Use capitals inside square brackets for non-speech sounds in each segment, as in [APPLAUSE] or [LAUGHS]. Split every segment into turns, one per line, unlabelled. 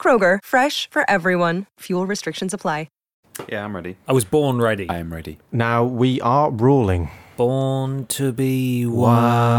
Kroger, fresh for everyone. Fuel restrictions apply.
Yeah, I'm ready.
I was born ready.
am ready.
Now we are ruling.
Born to be wild.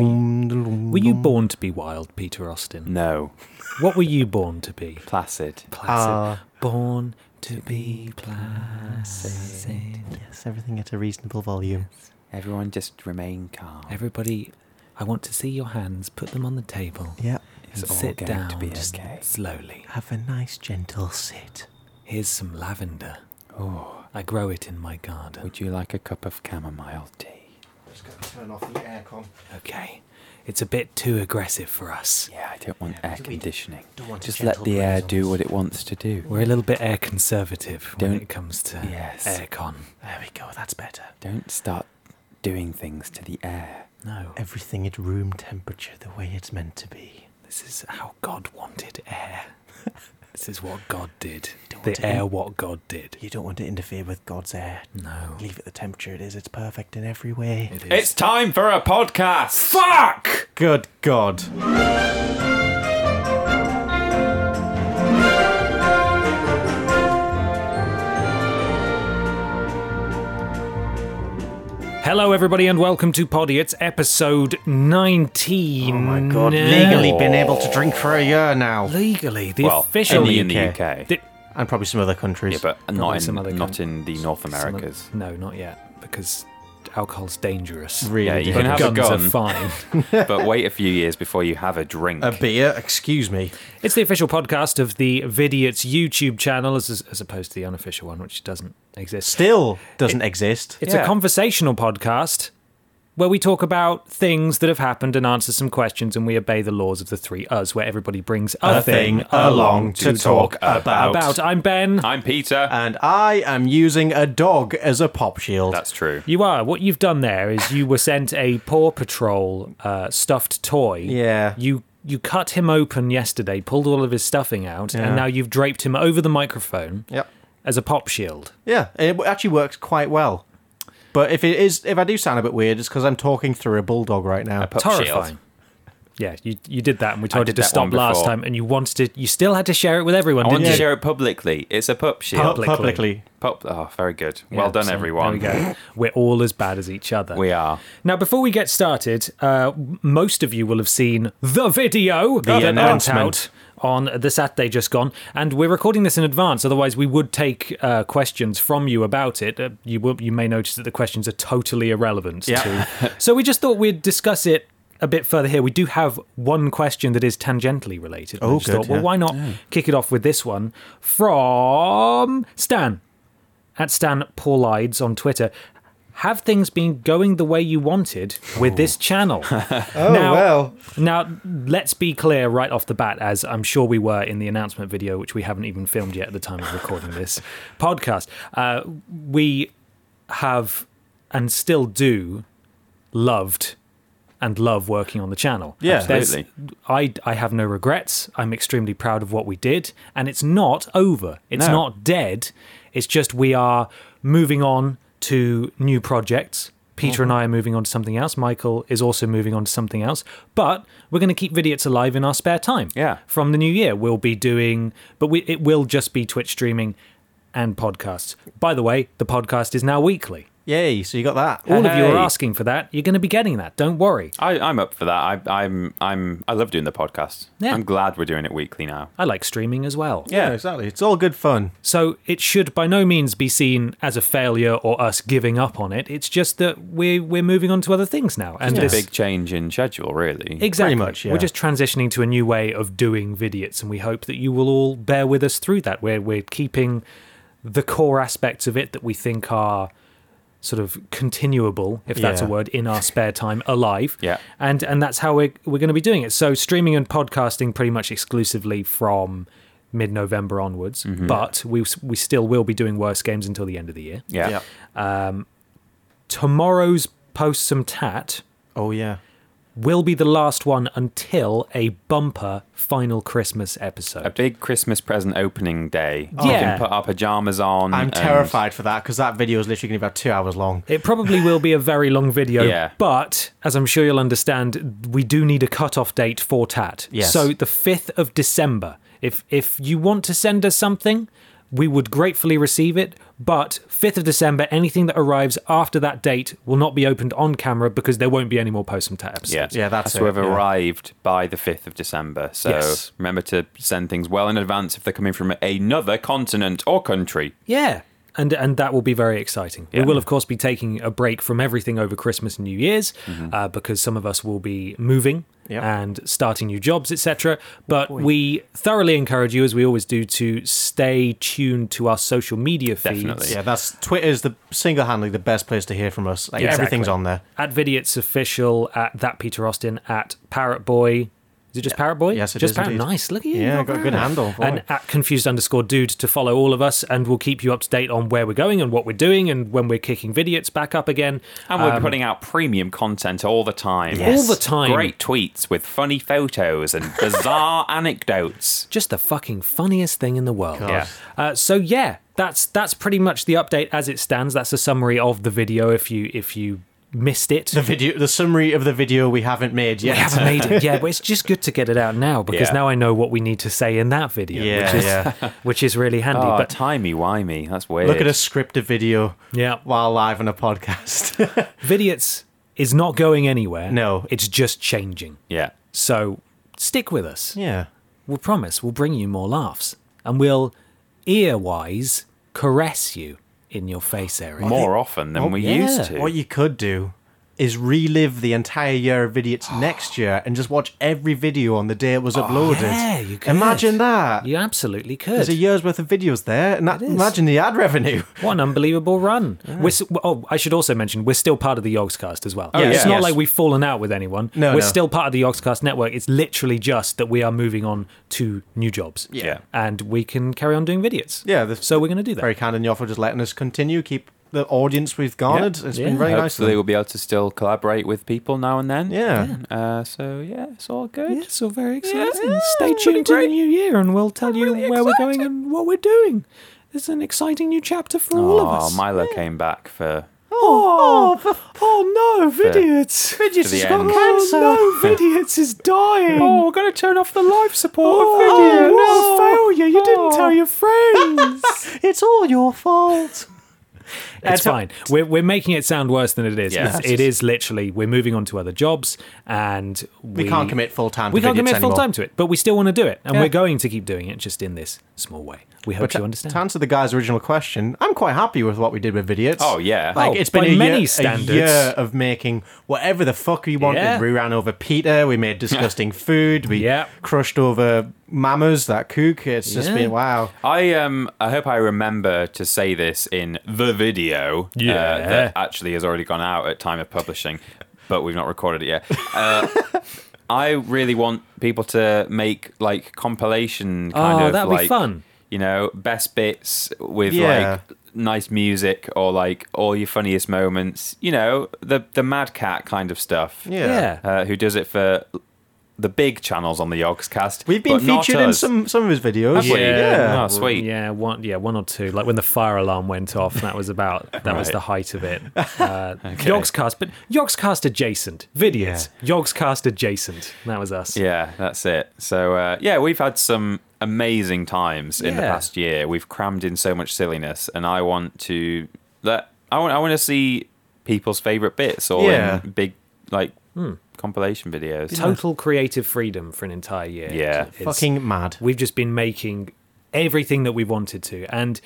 Were you born to be wild, Peter Austin?
No.
What were you born to be?
Placid. Ah.
Placid. born to be placid.
Yes, everything at a reasonable volume.
Everyone just remain calm.
Everybody, I want to see your hands. Put them on the table.
Yep.
And
It's all
sit
going to
down
be
and
okay.
slowly.
Have a nice gentle sit.
Here's some lavender.
oh,
I grow it in my garden.
would you like a cup of chamomile tea?
Just going to turn off the aircon.
Okay. It's a bit too aggressive for us.
Yeah, I don't want air
we
conditioning.
don't want a
just let
gentle
the air
breeze on
do
us.
what it wants to do.
We're a little bit air conservative when
Don't-
it comes to
Yes.
aircon.
There we go, that's better.
Don't start doing things to the air.
No,
Everything at room temperature, the way it's meant to be.
this is how God wanted air.
[LAUGHS]
this is what God did.
Don't want
The
to
air,
in-
what God did.
You don't want to interfere with God's air.
No,
Leave it the temperature it is, it's perfect in every way.
it is.
time for a podcast! Fuck!
Good God.
Hello, everybody, and welcome to Poddy. It's episode 19.
Oh my God. Legally been able to drink for a year now.
Legally, the
Well,
official.
only in the
UK.
UK.
the-
And probably some other countries.
Yeah, but
Probably
not in,
some other
not
country-
in the North
some other-
Americas.
no, not yet, because alcohol's dangerous.
Really
Yeah, you can
different.
have a
Guns are
gun.
fine.
but wait a few years before you have a drink.
A beer, excuse me.
It's the official podcast of the Vidiot's YouTube channel, as, as opposed to the unofficial one, which doesn't exist.
Still doesn't exist.
it's
Yeah.
a conversational podcast where we talk about things that have happened and answer some questions, and we obey the laws of the three us, where everybody brings a,
about.
about. I'm Ben.
I'm Peter.
And I am using a dog as a pop shield.
That's true.
you are. What you've done there is you were sent a Paw Patrol uh, stuffed toy.
Yeah.
You you cut him open yesterday, pulled all of his stuffing out,
Yeah.
and now you've draped him over the microphone
Yep.
as a pop shield.
Yeah, it actually works quite well. But if it is, if I do sound a bit weird, it's because I'm talking through a bulldog right now.
pop
Terrifying.
shield.
Yeah, you you did that, and we told you
did
to
that one
stop last
before.
time, and you wanted to, you still had to share it with everyone,
I want to
didn't you?
share it publicly. It's a pup shield.
Pub-
publicly.
publicly.
Pop. Oh, very good. well
Yeah,
done,
so
everyone.
There we go. We're all as bad as each other.
We are.
Now, before we get started, uh, most of you will have seen the video that went
announcement.
out on the Saturday just gone, and we're recording this in advance. Otherwise, we would take uh, questions from you about it. Uh, you will, you may notice that the questions are totally irrelevant.
Yeah. [LAUGHS]
To, so we just thought we'd discuss it. A bit further here, we do have one question that is tangentially related. I
Oh,
just
good,
thought, well,
yeah.
why not kick it off with this one from Stan? at Stan Paulides on Twitter. Have things been going the way you wanted with
[LAUGHS]
this channel? oh now,
well.
Now let's be clear right off the bat, as I'm sure we were in the announcement video, which we haven't even filmed yet at the time of recording this podcast. Uh, we have and still do loved and love working on the channel.
Yeah.
There's-
Absolutely.
I I have no regrets. I'm extremely proud of what we did, and it's not over. It's
No.
not dead. It's just we are moving on to new projects. Peter
Mm-hmm.
and I are moving on to something else. Michael is also moving on to something else. But we're going to keep Vidiots alive in our spare time.
Yeah.
From the new year, we'll be doing, but we, it will just be Twitch streaming and podcasts. By the way, the podcast is now weekly.
Yay! So you got that.
All of you are
Hey.
asking for that. You're going to be getting that. Don't worry.
I, I'm up for that. I, I'm. I'm. I love doing the podcast.
Yeah.
I'm glad we're doing it weekly now.
I like streaming as well.
Yeah, exactly. It's all good fun.
So it should by no means be seen as a failure or us giving up on it. It's just that we're we're moving on to other things now. And
It's
this
a big change in schedule, really.
exactly
much, yeah.
we're just transitioning to a new way of doing vidiots, and we hope that you will all bear with us through that. Where we're keeping the core aspects of it that we think are sort of continuable, if that's a
Yeah.
word, in our spare time alive.
Yeah.
And and that's how we're we're going to be doing it. So streaming and podcasting pretty much exclusively from mid November onwards,
Mm-hmm.
but we we still will be doing worse games until the end of the year.
Yeah.
Yeah.
Tomorrow's post some tat
Oh
Mm,
yeah.
will be the last one until a bumper final Christmas
A
episode.
big Christmas present opening day. We
Yeah.
can put our pajamas on.
I'm
and-
terrified for that because that video is literally going to be about two hours long.
It probably will be a very long video,
[LAUGHS] Yeah.
but as I'm sure you'll understand, we do need a cutoff date for TAT.
Yes.
So the 5th of December. If if you want to send us something, we would gratefully receive it, but 5th of December, anything that arrives after that date will not be opened on camera because there won't be any more post from TAT episodes.
Yeah,
Yeah, that's
so
it,
we've
yeah.
arrived by the fifth of December. So
Yes.
remember to send things well in advance if they're coming from another continent or country.
Yeah. And, and that will be very exciting. We will, of course, be taking a break from everything over Christmas and New Year's uh, because some of us will be moving
Yep.
and starting new jobs, etc. But we thoroughly encourage you, as we always do, to stay tuned to our social media feeds.
Definitely.
Yeah, that's Twitter's the single-handedly the best place to hear from us. Like
Yeah,
everything's
exactly.
on there.
At Vidiot's official, at that Peter Austin, at Parrot Boy. Is it just Parrot Boy?
Yes, it
just
is
Parrot.
indeed.
Nice. Look at you.
Yeah,
not
got a good
bad.
handle. boy.
and at confused underscore dude to follow all of us and we'll keep you up to date on where we're going and what we're doing and when we're kicking videos back up again
And we're putting out premium content all the time.
Um, Yes. All the time.
Great tweets with funny photos and
[LAUGHS]
bizarre anecdotes.
just the fucking funniest thing in the world
Yeah.
uh, so yeah that's that's pretty much the update as it stands that's a summary of the video if you if you missed it
the video, the summary of the video we haven't made yet.
we haven't made it yeah but it's just good to get it out now because
Yeah.
now i know what we need to say in that video
Yeah,
which is
yeah.
[LAUGHS] which is really handy
Oh,
but
timey wimey. That's weird.
Look at a scripted video
yeah
while live on a podcast.
vidiots is not going anywhere
No.
it's just changing
Yeah.
so stick with us
yeah.
We'll promise we'll bring you more laughs and we'll earwise caress you in your face area.
More often than we
Oh, yeah. Oh,
used to.
What you could do is relive the entire year of
[GASPS]
idiots next year and just watch every video on the day it was uploaded.
Oh, yeah, you could.
Imagine that.
You absolutely could.
There's a year's worth of videos there, and that,
is.
imagine the ad
[LAUGHS]
revenue.
what an unbelievable run. We're s- oh, I should also mention we're still part of the Yogscast as
Oh,
well.
yeah.
It's not
Yes.
like we've fallen out with anyone.
No,
we're
no.
still part of the Yogscast network. It's literally just that we are moving on to new jobs.
Yeah.
And we can carry on doing videos.
Yeah, this-
so we're going to do that.
Very kind on your for just letting us continue, keep the audience we've garnered. It's
Yeah.
been very nice. of
Hopefully,
them.
we'll be able to still collaborate with people now and then.
Yeah.
Uh, so, yeah, it's all
Yeah,
good.
it's all very exciting.
Yeah,
Stay
it's
tuned to
pretty
the
great.
new year and we'll tell you
really
where we're going
excited.
and what we're doing. It's an exciting new chapter for all of
Oh,
us.
Milo came back for
Oh, oh, no, Vidiots.
to the end.
Oh, no, Vidiots is dying. Oh, we're going to turn off the life support
Vidiots.
what a failure. You didn't tell your [LAUGHS] friends.
It's all your fault.
it's fine. We're, we're making it sound worse than it is.
Yeah.
It's- It is literally, we're moving on to other jobs and we,
We, can't commit full time.
we can't commit
anymore.
full time to it, but we still want to do it, and
Yeah.
we're going to keep doing it just in this small way. We hope
to,
you understand.
to answer the guy's original question, I'm quite happy with what we did with Vidiots.
Oh, yeah.
Like
Oh,
it's been
by
a
many
year,
standards.
a year of making whatever the fuck we wanted.
Yeah.
We ran over Peter. We
[LAUGHS]
made disgusting food. We
Yeah.
crushed over Mamas that kook. It's just
Yeah.
been wow.
I um I hope I remember to say this in the video uh,
Yeah.
that actually has already gone out at time of publishing, but we've not recorded it yet. Uh, [LAUGHS] I really want people to make like compilation kind
Oh,
of
that'd be
like
fun.
you know best bits with
Yeah.
like nice music or like all your funniest moments. You know the the Mad Cat kind of stuff.
Yeah.
Yeah.
uh, who does it for the big channels on the Yogscast?
We've been
but not
featured in
us.
some some of his videos.
Have we?
Yeah.
Oh, sweet.
Yeah, one, yeah, one or two. Like when the fire alarm went off, that was about that was
Right.
the height of
[LAUGHS]
it. Uh, Yogscast, but Yogscast adjacent videos. Yogscast adjacent. That was us.
Yeah, that's it. So uh, yeah, we've had some amazing times in the
Yeah.
past year. We've crammed in so much silliness, and I want to that I want I want to see people's favorite bits all
Yeah. Hmm.
in big like compilation videos.
Total creative freedom for an entire year.
Yeah.
It's-
Fucking mad.
We've just been making everything that we wanted to, and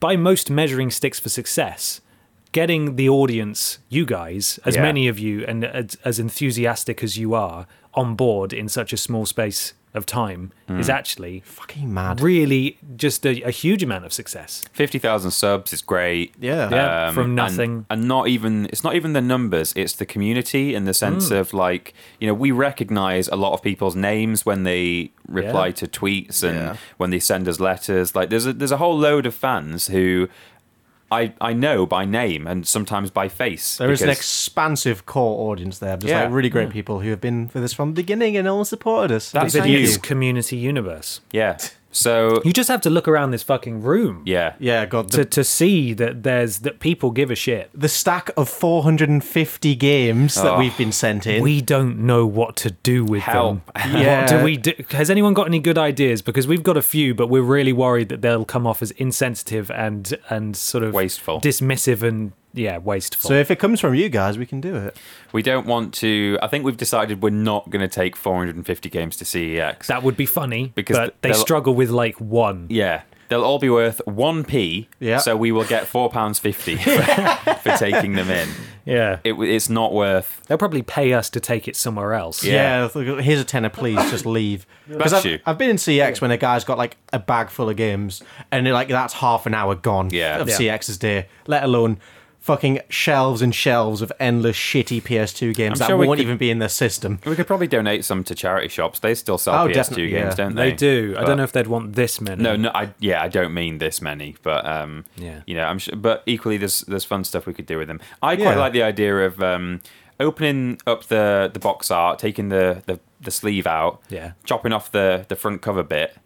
by most measuring sticks for success, getting the audience, you guys, as
Yeah.
many of you and as, as enthusiastic as you are, on board in such a small space of time
Hmm.
is actually
Fucking mad.
really just a, a huge amount of success.
Fifty thousand subs is great.
Yeah.
Yeah, from
Um, and-
nothing.
and, not even it's not even the numbers it's the community in the sense
Mm.
of like you know we recognize a lot of people's names when they reply
Yeah.
to tweets and
Yeah.
when they send us letters like there's a there's a whole load of fans who I, I know by name and sometimes by face.
There is an
because-
expansive core audience there, just
Yeah.
like really great people who have been with us from the beginning and all supported us.
That's
Thank
you.
This community universe.
yeah.
[LAUGHS]
So
You just have to look around this fucking room
yeah,
Yeah, God, the,
to, to see that there's that people give a shit.
the stack of 450 games
Oh.
that we've been sent in.
We don't know what to do with
Help. [LAUGHS]
them.
Yeah.
What do we do? Has anyone got any good ideas? Because we've got a few, but we're really worried that they'll come off as insensitive and and sort of
Wasteful.
dismissive, and yeah, wasteful.
so if it comes from you guys, we can do it.
we don't want to. I think we've decided we're not going to take 450 games to uh, CEX.
that would be funny,
Because
but they
they'll-
struggle with like one.
Yeah. They'll all be worth 1p.
Yeah.
So we will get £4.50 for, [LAUGHS] for taking them in.
Yeah,
It, it's not worth.
they'll probably pay us to take it somewhere else.
Yeah,
Yeah.
th- here's a tenner, please. Just
[LAUGHS]
leave.
Bless
Because I've,
you.
I've been in CX when a guy's got like a bag full of games, and like that's half an hour gone
Yeah.
of
Yeah.
CX's day. Let alone fucking shelves and shelves of endless shitty PS2
I'm
games that
sure we
won't
could-
even be in their system.
We could probably donate some to charity shops. They still sell
Oh,
PS2
definitely,
games,
yeah.
don't
They
they?
do. I
But-
don't know if they'd want this many.
No, no, I yeah, I don't mean this many, but um,
Yeah.
you know, I'm sure, but equally, there's there's fun stuff we could do with them. I quite
Yeah.
like the idea of um, opening up the the box art, taking the the, the sleeve out,
Yeah.
chopping off the the front cover bit,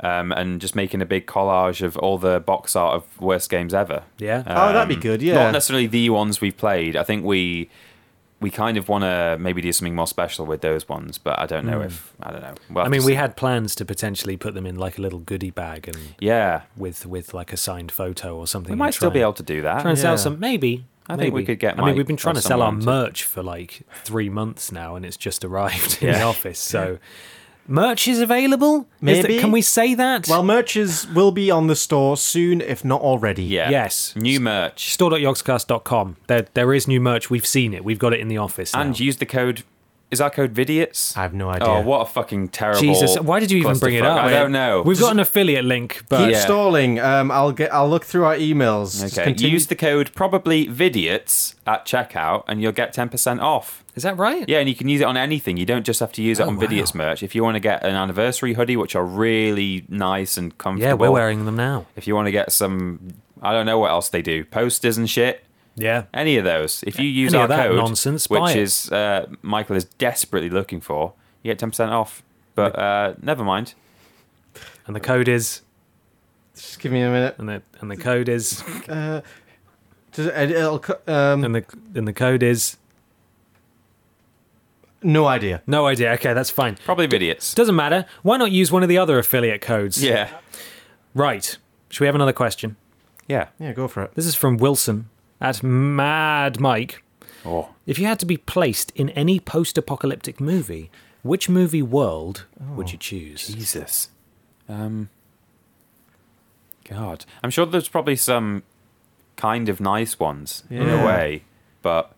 um, and just making a big collage of all the box art of worst games ever.
Yeah.
Oh, that'd be good, yeah.
Um, Hmm. not necessarily the ones we've played. I think we. We kind of want to maybe do something more special with those ones, but I don't know if I don't know. Well,
Hmm. I mean, we had plans to potentially put them in like a little goodie bag and
yeah,
with with like a signed photo or something.
we
and
might still
try
be
and-
able to do that.
try and
Yeah.
sell some. Maybe.
I think we
maybe.
could get
I mean,
Mike
we've been
or
trying to sell our
someone to-
merch for like three months now, and it's just arrived in the
Yeah.
office. So, merch is available. Is that-
Maybe.
can we say that?
Well, merches will be on the store soon, if not already.
Yeah.
Yes.
New merch.
store.yogscast.com. There, there is new merch. We've seen it. We've got it in the office. now.
And use the code. Is our code Vidiots?
I have no idea.
Oh, what a fucking terrible.
Jesus, why did you even bring it
clusterfuck.
up?
I don't know.
We've got an affiliate link, but
Keep
Yeah.
stalling. Um, I'll get. I'll look through our emails. Just
Okay.
continue-
Use the code probably Vidiots at checkout, and you'll get ten percent off.
is that right?
Yeah, and you can use it on anything. You don't just have to use it on
Oh, wow.
Vidiots merch. If you want to get an anniversary hoodie, which are really nice and comfortable.
Yeah, we're wearing them now.
If you want to get some, I don't know what else they do, posters and shit.
Yeah.
Any of those. If you use
Any
our
of that
code,
nonsense, buy
which
it.
is uh, Michael is desperately looking for, you get ten percent off. But uh, never mind.
And the code is
Just give me a minute.
and the and the code is
Does it, it'll, co- um,
and the and the code is
no idea.
no idea. Okay, that's fine.
Probably idiots.
Doesn't matter. Why not use one of the other affiliate codes?
Yeah.
Right. Should we have another question?
Yeah.
Yeah, go for it.
This is from Wilson at Mad Mike.
Oh.
If you had to be placed in any post-apocalyptic movie, which movie world would you choose?
Oh, Jesus. Um God. I'm sure there's probably some kind of nice ones in
Yeah.
a way, but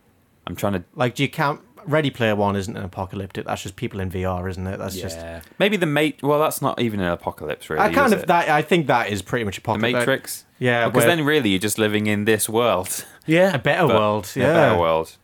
I'm trying to
Like, do you count? Ready Player One isn't an apocalyptic. That's just people in VR, isn't it? That's just.
Yeah.
maybe the mate well that's not even an apocalypse really.
I kind
is
of
it?
that. I think that is pretty much
the
apocalyptic.
Matrix.
Yeah,
Because
where-
then really you're just living in this
[LAUGHS]
world.
A
Yeah.
better
But-
world.
A
Yeah.
better world.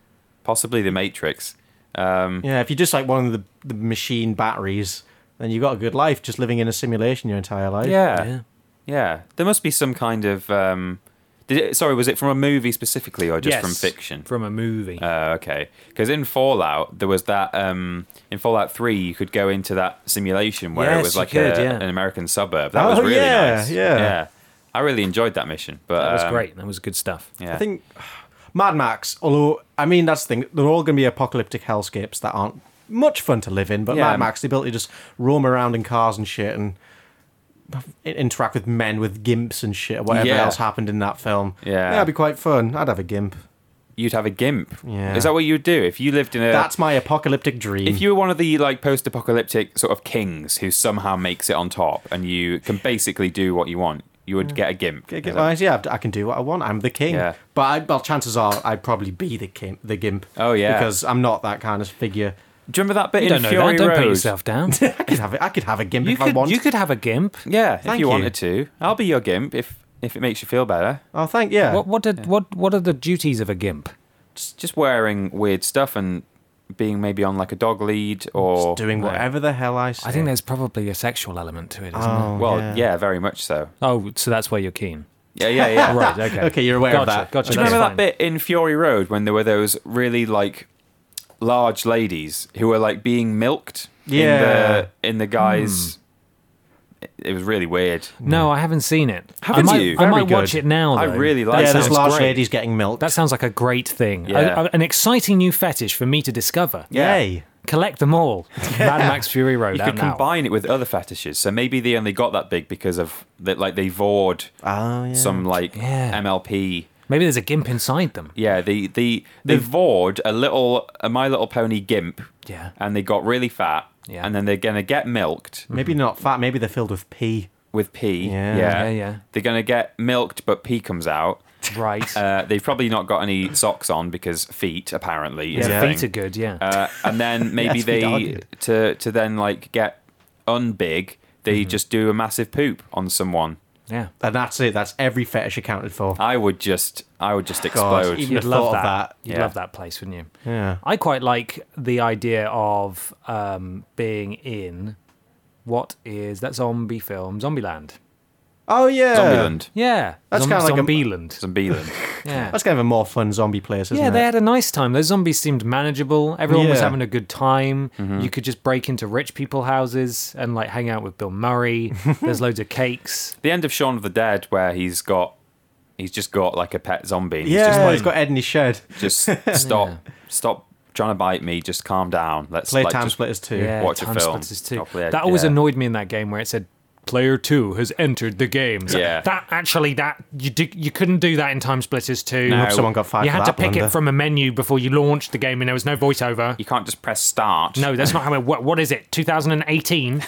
Possibly the Matrix. Um
Yeah. If you're just like one of the, the machine batteries, then you got a good life. Just living in a simulation your entire life.
Yeah.
Yeah.
Yeah. There must be some kind of um did it, sorry, was it from a movie specifically or just
Yes,
from fiction?
From a movie.
Oh, okay. Because in Fallout, there was that. Um, in Fallout Three, you could go into that simulation where
Yes,
it was
you
like
could,
a,
yeah.
an American suburb. That
Oh,
was really
yeah,
nice.
yeah.
I really enjoyed that mission. But
that was
um,
great. That was good stuff.
Yeah.
I think Mad Max. Although I mean, that's the thing. They're all going to be apocalyptic hellscapes that aren't much fun to live in. But
Yeah.
Mad Max, the ability to just roam around in cars and shit and i- interact with men with gimps and shit, or whatever
Yeah.
else happened in that film.
Yeah.
that'd be quite fun. I'd have a gimp.
you'd have a gimp.
Yeah.
Is that what you'd do if you lived in a?
That's my apocalyptic dream.
if you were one of the like post-apocalyptic sort of kings who somehow makes it on top, and you can basically do what you want. you would get a gimp.
Get,
Is
get
that-
my- yeah, I can do what I want. I'm the king.
Yeah.
But I, well, chances are I'd probably be the king, the gimp.
Oh, yeah.
because I'm not that kind of figure.
Do you remember that bit
You
in
don't know
Fury
that. Don't
Road?
put yourself
[LAUGHS]
down.
I could have it. I could have a gimp
you
if
could
I want.
you could have a gimp.
Yeah,
Thank
if you,
you.
wanted to, I'll be your gimp if if it makes you feel better.
Oh, thank yeah.
What what did, what what are the duties of a gimp?
Just, just wearing weird stuff and being maybe on like a dog lead or
Just doing whatever the hell I say.
I think there's probably a sexual element to it, isn't
Oh,
there?
Well,
yeah.
yeah. very much so.
Oh, so that's why
[LAUGHS]
you're keen.
Yeah,
[LAUGHS]
yeah, yeah.
Right. Okay.
Okay, you're aware
gotcha,
of that.
Gotcha.
Do you
that's
remember
fine.
that bit in Fury Road when there were those really like large ladies who were like being milked?
Yeah. Hmm.
In the, in the guys. It- It was really weird.
No, I haven't seen it.
Haven't
I might,
you?
I
Very
might watch
good.
it now.
I
though.
really
That
like
yeah,
that
this
sounds
large
great.
lady's getting milk.
That sounds like a great thing.
Yeah.
A- a- an exciting new fetish for me to discover.
Yeah.
yay.
Collect them all. Mad Max Fury Road.
You
out
could
now.
combine it with other fetishes. So maybe they only got that big because of that, like they vored
Oh, yeah.
some like
Yeah.
MLP.
Maybe there's a gimp inside them.
Yeah, the the they vored a little a My Little Pony gimp.
Yeah.
and they got really fat.
Yeah.
and then they're gonna get milked
Maybe not fat. Maybe they're filled with pee.
with pee.
Yeah.
Yeah, yeah.
They're gonna get milked, but pee comes out.
Right.
Uh, they've probably not got any socks on because feet apparently. is a
yeah, feet are
thing.
good. Yeah.
Uh, and
[LAUGHS]
then maybe
Yes, we
they
argued.
to to then like get unbig. They
Mm-hmm.
just do a massive poop on someone.
yeah.
And that's it. That's every fetish accounted
Ah.
for.
I would just, I would just
God,
explode.
even- You'd
love
thought
that.
of that.
You'd
Yeah.
love that place, wouldn't you?
Yeah.
I quite like the idea of um, being in what is that zombie film, Zombieland.
Oh yeah.
Zombieland,
Yeah,
That's
Zom-
kinda like a-
Zombieland.
[LAUGHS] Zombieland.
yeah,
That's kind of a more fun zombie place, isn't
yeah.
it?
They had a nice time. Those zombies seemed manageable. Everyone was
Yeah.
having a good time. You could just break into rich people houses and like hang out with Bill Murray. There's loads of cakes.
the end of Shaun of the Dead, where he's got, he's just got like a pet zombie. and
yeah, he's
he's
got Ed in his shed.
just like, just stop, stop trying to bite me. Just calm down. Let's
Play
like,
Time
just-
Splitters too.
Yeah,
Watch a
time
film.
splitters too.
Properly,
that always
yeah.
annoyed me in that game where it said. Player two has entered the game. It's like,
Yeah.
that actually, that you do, you couldn't do that in Time Splitters two.
I hope someone got fired
Uh, you
for
had to
that
pick
blunder.
it from a menu before you launched the game, and there was no voiceover.
You can't just press start.
No, that's not how it. What, what is it? 2018.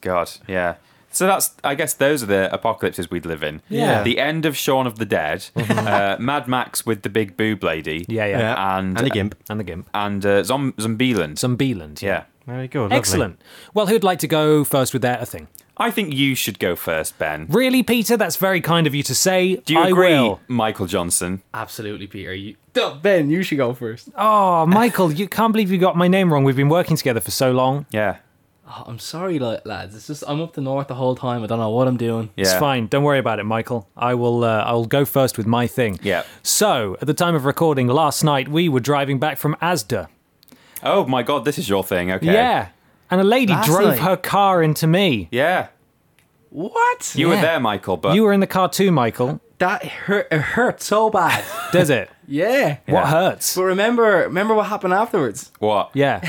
God, yeah. So that's, I guess, those are the apocalypses we'd live in.
Yeah.
The end of Shaun of the
[LAUGHS]
Dead, uh, Mad Max with the big boob lady.
Uh-huh. Yeah, yeah,
Yeah.
And-
a gimp.
and the gimp.
And uh, Zom- Zombieland.
Zombieland.
yeah.
Very good. lovely.
Excellent. Well, who'd like to go first with their thing?
I think you should go first, Ben.
Really, Peter? That's very kind of you to say.
Do you
I
agree,
will.
Michael Johnson?
Absolutely, Peter. You, Duh, Ben, you should go first.
Oh, Michael, you can't believe you got my name wrong. We've been working together for so long.
Yeah.
Oh, I'm sorry, li- lads. It's just I'm up the north the whole time. I don't know what I'm doing.
Yeah.
It's fine. Don't worry about it, Michael. I will. Uh, I will go first with my thing.
Yeah.
So, at the time of recording last night, we were driving back from ASDA.
Oh my god, this is your thing. Okay.
Yeah. And a lady
Last
drove
night?
her car into me.
Yeah.
What?
You
Yeah.
were there, Michael, but
You were in the car too, Michael.
That hurt. It hurt so bad. [LAUGHS]
Does
[LAUGHS]
it?
yeah.
What hurts?
But remember, remember what happened afterwards.
what?
[LAUGHS]
Yeah.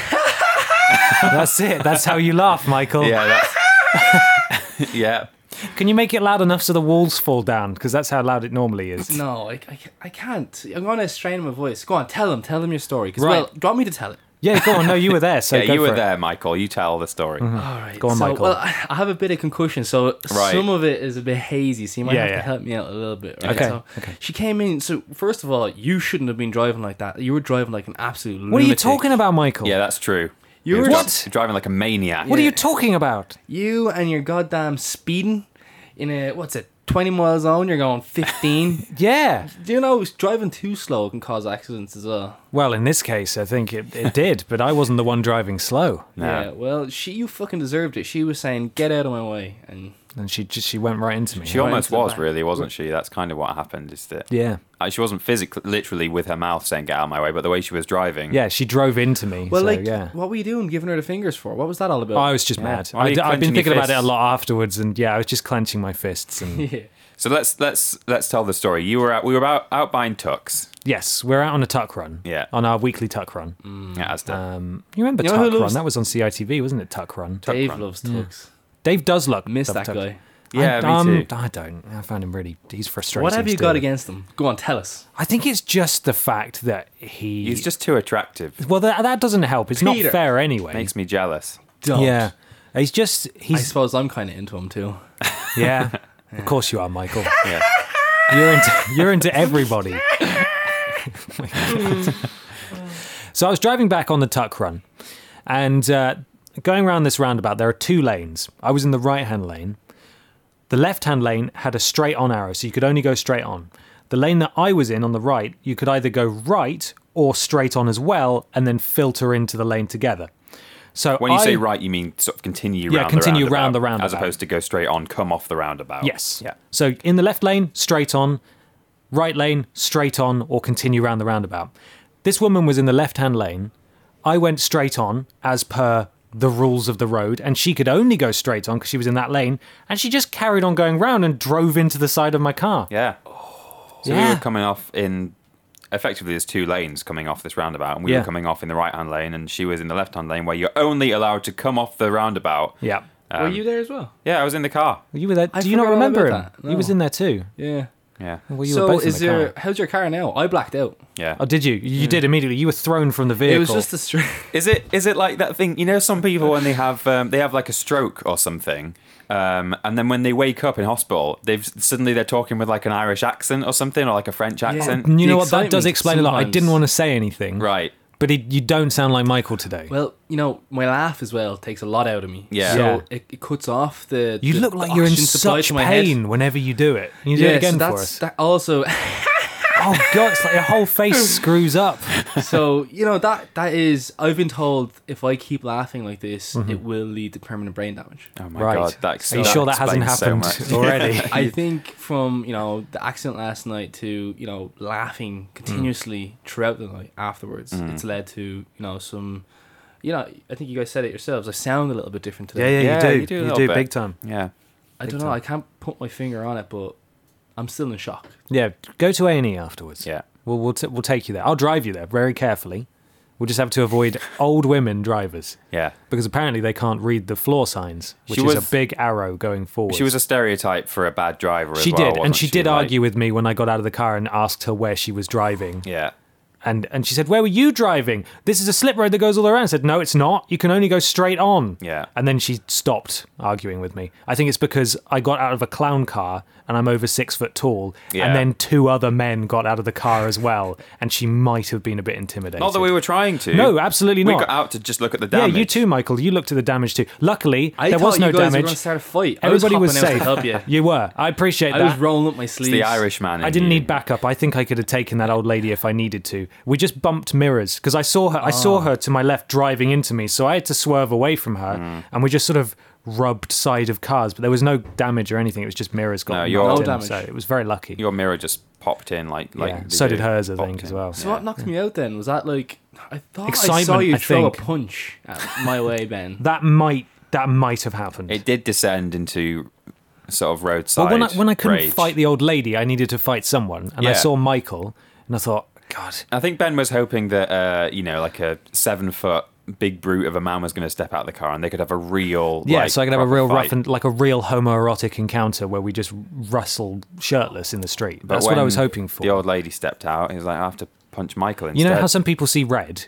That's it. That's how you laugh, Michael.
Yeah. That's...
[LAUGHS]
yeah.
Can you make it loud enough so the walls fall down? Because that's how loud it normally is.
No, I, I, ca- I can't. I'm going to strain my voice. Go on, tell him. Tell him your story. 'cause,
Right.
Well, do you want me to tell it?
Yeah, go on. No, you were there.
[LAUGHS]
So
Yeah,
go
you were
for it. Uh-huh.
there, Michael. You tell the story.
All right.
Go on,
so,
Michael.
Well, I I have a bit of concussion, so
Right.
some of it is a bit hazy, so you might
Yeah,
have
yeah.
to help me out a little bit. Right?
Okay,
So
okay.
She came in. So first of all, you shouldn't have been driving like that. You were driving like an absolute.
What are you talking about, Michael?
Yeah, that's true.
You
He was
were-
dri-
What?
driving like a maniac.
What are you talking about?
You and your goddamn speeding in a what's it? 20 mile zone, you're going [LAUGHS] 15.
Yeah.
Do you know driving too slow can cause accidents as well?
Well, in this case, I think it, it did, but I wasn't the one driving slow.
Yeah. Well, she you fucking deserved it. She was saying, "Get out of my way," and
And she just she went right into me.
She almost
into the
was,
back.
really, wasn't she? That's kind of what happened. Is that?
yeah.
Uh, she wasn't physically, literally, with her mouth saying "get out of my way," but the way she was driving.
Yeah, she drove into me.
well,
so,
like,
yeah.
what were you doing, giving her the fingers for? What was that all about?
I was just mad.
Why are
I,
you
have been
clenching your
thinking about it a
fists?
lot afterwards, and yeah, I was just clenching my fists.
[LAUGHS]
And
Yeah.
So let's let's let's tell the story. You were out. We were out out buying tucks.
yes, we're out on a tuck run.
Yeah. Mm.
On our weekly tuck run.
Yeah, Asda.
You remember
You know who
Tuck Run?
loves-
That was on CITV, wasn't it? Tuck Run.
Dave loves tugs.
Dave does look
Miss
love
that
Tuck.
guy.
Yeah,
I,
me
um,
too.
I don't. I found him really. He's frustrating.
What have you
still.
got against him? Go on, tell us.
I think it's just the fact that he.
He's just too attractive.
Well, that, that doesn't help. It's
Peter.
not fair anyway.
Makes me jealous.
Don't.
Yeah. He's just.
I
He's.
[LAUGHS]
suppose I'm kind of into him too.
yeah. Of course you are, Michael.
Yeah.
You're into you're into everybody. Oh my God. so I was driving back on the tuck run, and uh, going around this roundabout, there are two lanes. I was in the right hand lane. The left hand lane had a straight on arrow, so you could only go straight on. The lane that I was in on the right, you could either go right or straight on as well, and then filter into the lane together. So
When you
I-
say right, you mean sort of continue
Yeah,
round
continue
the
round the
as
roundabout.
opposed to go straight on, come off the roundabout.
Oh,
Yes.
Yeah.
So in the left lane, straight on. Right lane, straight on, or continue round the roundabout. This woman was in the left hand lane. I went straight on as per the rules of the road, and she could only go straight on because she was in that lane, and she just carried on going round and drove into the side of my car.
Yeah. So we
Yeah.
were coming off in effectively there's two lanes coming off this roundabout, and we
Yeah.
were coming off in the right hand lane, and she was in the left hand lane where you're only allowed to come off the roundabout.
Yeah.
Were you there as well?
Yeah, I was in the car.
You were there.
I
Do you not
forgot all
remember him?
about that.
He was
No.
in there too.
Yeah.
Yeah.
Well, you were
so
both in
is
the
your
car.
how's your car now? I blacked out.
Yeah.
Oh, did you? You did immediately. You were thrown from the vehicle.
It was just a straight.
Is it is it like that thing? You know, some people when they have um, they have like a stroke or something, um, and then when they wake up in hospital, they've suddenly they're talking with like an Irish accent or something, or like a French accent.
And you
The
know what? That does explain
excitement
a lot. I didn't
sometimes.
want to say anything.
Right.
But it, you don't sound like Michael today.
Well, you know, my laugh as well takes a lot out of me.
Yeah.
So
Yeah.
It, it cuts off the.
You
the
look like you're in
oxygen supply
such
to my head.
pain whenever you do it. Can you do
Yeah,
it again
so
for
that's,
us?
That also, [LAUGHS]
Oh god, it's like your
[LAUGHS]
whole face screws up.
so you know that that is. I've been told if I keep laughing like this,
Mm-hmm.
it will lead to permanent brain damage. [LAUGHS]
Oh my
right.
god, that's
Are you sure that hasn't happened [LAUGHS]
[LAUGHS]
already?
I think from you know the accident last night to you know laughing
Mm.
continuously throughout the night afterwards, it's led to you know some, you know I think you guys said it yourselves. I sound a little bit different today.
Yeah, you do a little bit.
big time.
yeah.
I don't know. I can't put my finger on it, but I'm still in shock.
Yeah, go to A and E afterwards.
Yeah.
we'll we'll, t- we'll take you there. I'll drive you there very carefully. We'll just have to avoid old women drivers
Yeah.
because apparently they can't read the floor signs, which
She
is
was-
a big arrow going forward.
She was a stereotype for a bad driver. As
she
well,
did,
wasn't
and she, did
Like-
argue with me when I got out of the car and asked her where she was driving.
Yeah.
And and she said, "Where were you driving? This is a slip road that goes all around." I said, "No, it's not. You can only go straight on."
Yeah.
And then she stopped arguing with me. I think it's because I got out of a clown car and I'm over six foot tall,
Yeah.
and then two other men got out of the car as well, and she might have been a bit intimidated.
Not that we were trying to.
No, absolutely
we
not.
got out to just look at the
yeah,
damage.
you too, Michael. You looked at the damage too. Luckily,
I
there
thought
was no
you guys were
damage.
going to start a fight.
Everybody
I
was,
was, hopping
safe.
out to help you.
[LAUGHS] You were. I appreciate
I
that.
was rolling up my
It's
sleeves.
the Irishman.
I
in
didn't
you.
need backup. I think I could have taken that old lady if I needed to. We just bumped mirrors because I saw her. I
Oh.
saw her to my left driving into me, so I had to swerve away from her,
Hmm.
and we just sort of rubbed side of cars. But there was no damage or anything. It was just mirrors got
No,
knocked
your-
No
in,
damage.
so it was very lucky.
Your mirror just popped in like like.
yeah.
they
So
do.
did hers, I
Popped
think, as
in.
well.
So what knocked me out then was that like I thought I saw
Excitement,
you
I
throw
think.
a punch at my way, Ben.
[LAUGHS] That might that might have happened.
It did descend into sort of roadside.
but when I, when I couldn't
rage.
fight the old lady, I needed to fight someone, and I
Yeah.
saw Michael, and I thought, God,
I think Ben was hoping that uh, you know, like a seven foot big brute of a man was going to step out of the car, and they could have a real
Yeah,
like,
so I could have a
proper
real rough
fight.
and like a real homoerotic encounter where we just wrestle shirtless in the street.
But
That's what I
when
was hoping for.
The old lady stepped out. He was like, "I have to punch Michael instead."
you know how some people see red?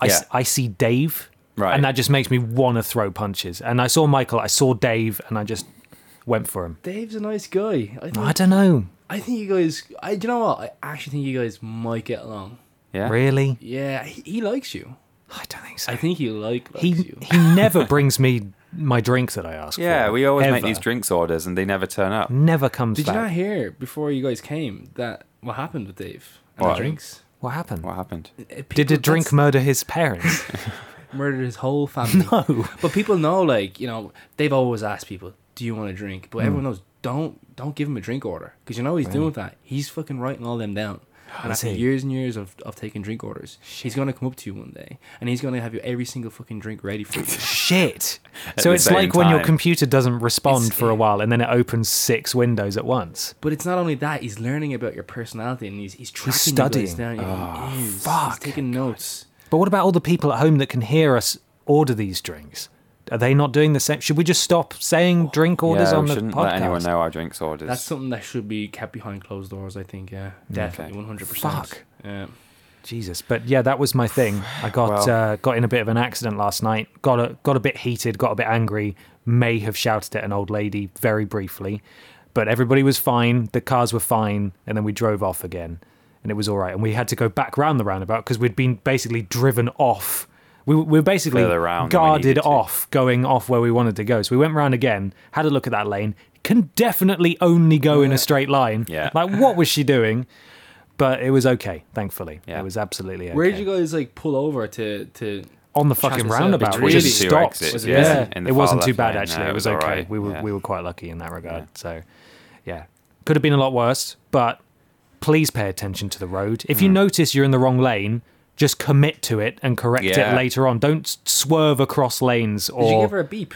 I, s-
Yeah.
I see Dave,
Right.
and that just makes me want to throw punches. And I saw Michael, I saw Dave, and I just went for him.
Dave's a nice guy. I think,
I don't know,
I think you guys. I do you know what? I actually think you guys might get along.
yeah,
really.
Yeah, he, he likes you.
I don't think so.
I think he like likes
he
you.
he never brings me my drink that I ask for.
yeah. We always make
ever.
these drinks orders, and they never turn up.
Never comes
Did you
back.
not hear before you guys came that what happened with Dave and
What?
the drinks?
What happened?
What happened?
Uh,
Did a
people-
drink
that's-
murder his parents?
murdered
[LAUGHS]
his whole family?
no.
But people know, like you know, they've always asked people, "Do you want a drink?"
Hmm.
But everyone knows, don't don't give him a drink order because you know he's doing that. He's fucking writing all them
[GASPS]
down. And
Is
after
he?
years and years of, of taking drink orders, he's gonna come up to you one day and he's gonna have you every single fucking drink ready
[LAUGHS]
for you.
Shit. So
the
it's
same
like when your
time.
computer doesn't respond
It's-
for a while and then it opens six windows at once.
but it's not only that; he's learning about your personality and he's he's tracking You
studying.
guys
Ah,
down. Yeah, he is.
fuck.
He's taking notes.
But what about all the people at home that can hear us order these drinks? Are they not doing the same? Should we just stop saying drink orders
yeah,
on
we
the
shouldn't
podcast?
let anyone know our drinks orders.
That's something that should be kept behind closed doors. I think. Yeah, definitely, one hundred percent.
Mm, Fuck.
Yeah.
Jesus. But yeah, that was my thing. I got
Well-
uh, got in a bit of an accident last night. Got a got a bit heated. Got a bit angry. May have shouted at an old lady very briefly. but everybody was fine. The cars were fine, and then we drove off again, and it was all right. And we had to go back round the roundabout because we'd been basically driven off. We, we were basically
Further round than we
guarded
needed to.
off, going off where we wanted to go. So we went round again, had a look at that lane. Can definitely only go in a straight line.
Yeah.
Like, what was she doing? But it was okay, thankfully.
Yeah.
It was absolutely okay.
Where did you guys like pull over to to?
on the
Chat
fucking
was, uh,
roundabout.
between
We just
the two
stopped.
exits,
Was
yeah,
in the
it
far
wasn't too
left
bad
lane.
actually.
No,
it was okay.
all right,
We were
yeah.
we were quite lucky in that regard. So, yeah, could have been a lot worse. But please pay attention to the road. If you
Mm.
notice you're in the wrong lane, just commit to it and correct
Yeah.
it later on. Don't s- swerve across lanes. Or
Did you give her a beep?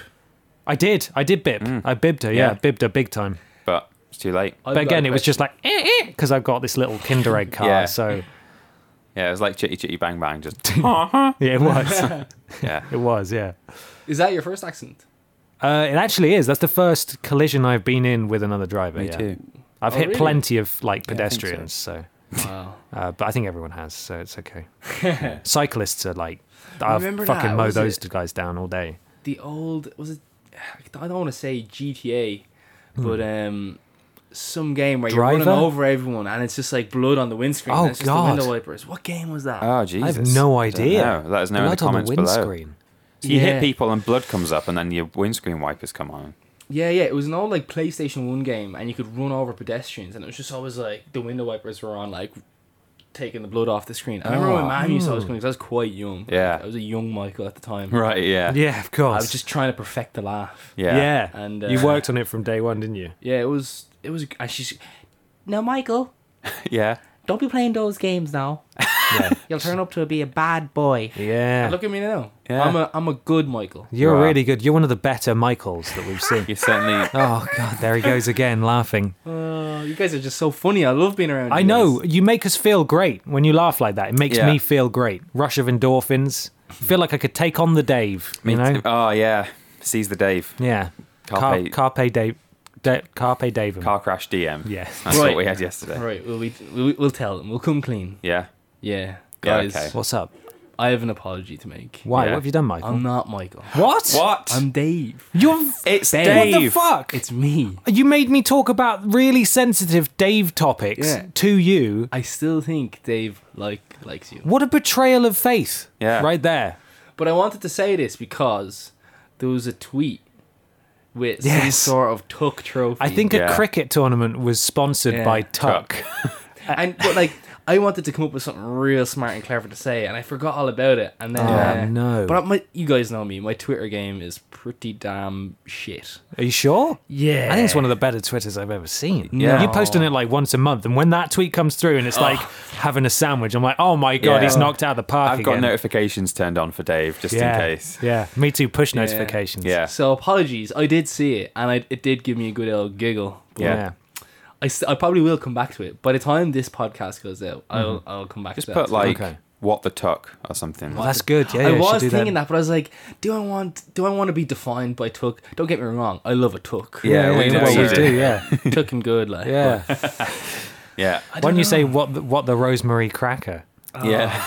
I did. I did bib. I bibbed her.
Mm.
Yeah,
Yeah.
bibbed her big time.
but it's too late.
I've
But
got
again,
a
it was just like because I've got this little Kinder Egg car.
Yeah. [LAUGHS]
So
Yeah, it was like chitty chitty bang bang.
[LAUGHS]
Just
yeah, it was.
yeah,
it was. Yeah.
question. Is that your
[LAUGHS]
first accent?
Uh, it actually is. That's the first collision I've been in with another driver.
me
yeah.
too.
I've
Oh,
hit
really?
plenty of
I
like
think so.
pedestrians, so,
Wow.
uh, but I think everyone has, so it's okay.
[LAUGHS]
Cyclists are like, I fucking
Remember that,
mow
was
those
it-
guys down all day.
the old was it I don't want to say GTA, but um some game where you're running
Hmm. Driver?
over everyone and it's just like blood on the windscreen.
Oh,
and it's just
God. Uh.
the window wipers. What game was that?
Oh Jesus!
I have no
Don't
idea.
know. Let us know in the
Blood on
comments below.
windscreen.
So you
Yeah.
hit people and blood comes up, and then your windscreen wipers come on.
Yeah, yeah. It was an old like PlayStation One game and you could run over pedestrians and it was just always like the window wipers were on like taking the blood off the screen. I remember
Oh.
when man used to always
Hmm.
coming 'cause I was quite young. like,
Yeah.
I was a young Michael at the time.
Right? Yeah.
Yeah, of
I
course.
was just trying to perfect the laugh.
Yeah.
And,
you
uh,
worked on it from day one,
[LAUGHS]
didn't you?
Yeah, it was it was and she's Now Michael,
Yeah.
don't be playing those games now.
Yeah.
You'll turn up to be a bad boy.
yeah.
Look at me now.
Yeah.
I'm a I'm a good Michael.
You're
Wow.
really good. You're one of the better Michaels that
[LAUGHS]
we've seen.
You certainly.
oh, God, there he goes again, laughing.
Uh, you guys are just so funny. I love being around.
I
you
know.
guys.
You make us feel great when you laugh like that. It makes
Yeah.
me feel great. Rush of endorphins. feel like I could take on the Dave.
me
you know?
too. Oh yeah. Seize the Dave.
Yeah.
Carpe-
Car- carpe Dave. De- carpe Davum.
Car crash DM. [LAUGHS]
Yeah.
That's
Right.
what we had yesterday.
Right, we'll, we, we'll we'll tell them. We'll come clean.
Yeah.
Yeah,
Yeah,
guys.
okay.
What's up?
I have an apology to make.
Why?
Yeah. Um,
What have you done, Michael?
I'm not Michael.
what?
What?
I'm Dave.
You're. f-
it's
Ben.
Dave.
What the fuck?
It's me.
you made me talk about really sensitive Dave topics
Yeah.
to you.
I still think Dave like likes you.
What a betrayal of faith.
Yeah.
Right there.
But I wanted to say this because there was a tweet with some
Yes.
sort of tuck trophy.
I think a
Yeah.
cricket tournament was sponsored
Yeah.
by Tuck.
Tuck.
and but like I wanted to come up with something real smart and clever to say, and I forgot all about it. And then
Oh,
uh,
no.
But my, you guys know me. My Twitter game is pretty damn shit.
Are you sure?
Yeah.
I think it's one of the better Twitters I've ever seen.
Mm. Yeah.
You're posting it like once a month, and when that tweet comes through and it's like having a sandwich, I'm like, oh my God,
Yeah.
he's knocked out of the park
I've got
again.
notifications turned on for Dave just
yeah.
in case.
Yeah. Me too. Push notifications.
Yeah.
So apologies. I did see it, and I, it did give me a good old giggle. But
Yeah.
yeah.
I, s- I probably will come back to it by the time this podcast goes out. I'll I'll come back.
Just
to
put
that.
like
Okay.
what the tuck or something.
Well, that's good. Yeah, yeah,
I
you should
was
do
thinking that. but I was like, do I want do I want to be defined by tuck? Don't get me wrong, I love a tuck. [LAUGHS]
Yeah, we
yeah,
know
well,
you
we
do.
do. Yeah,
tuck and good, like.
yeah.
Yeah.
I
Why
don't
don't you
know.
say what the, what the rosemary cracker?
Yeah.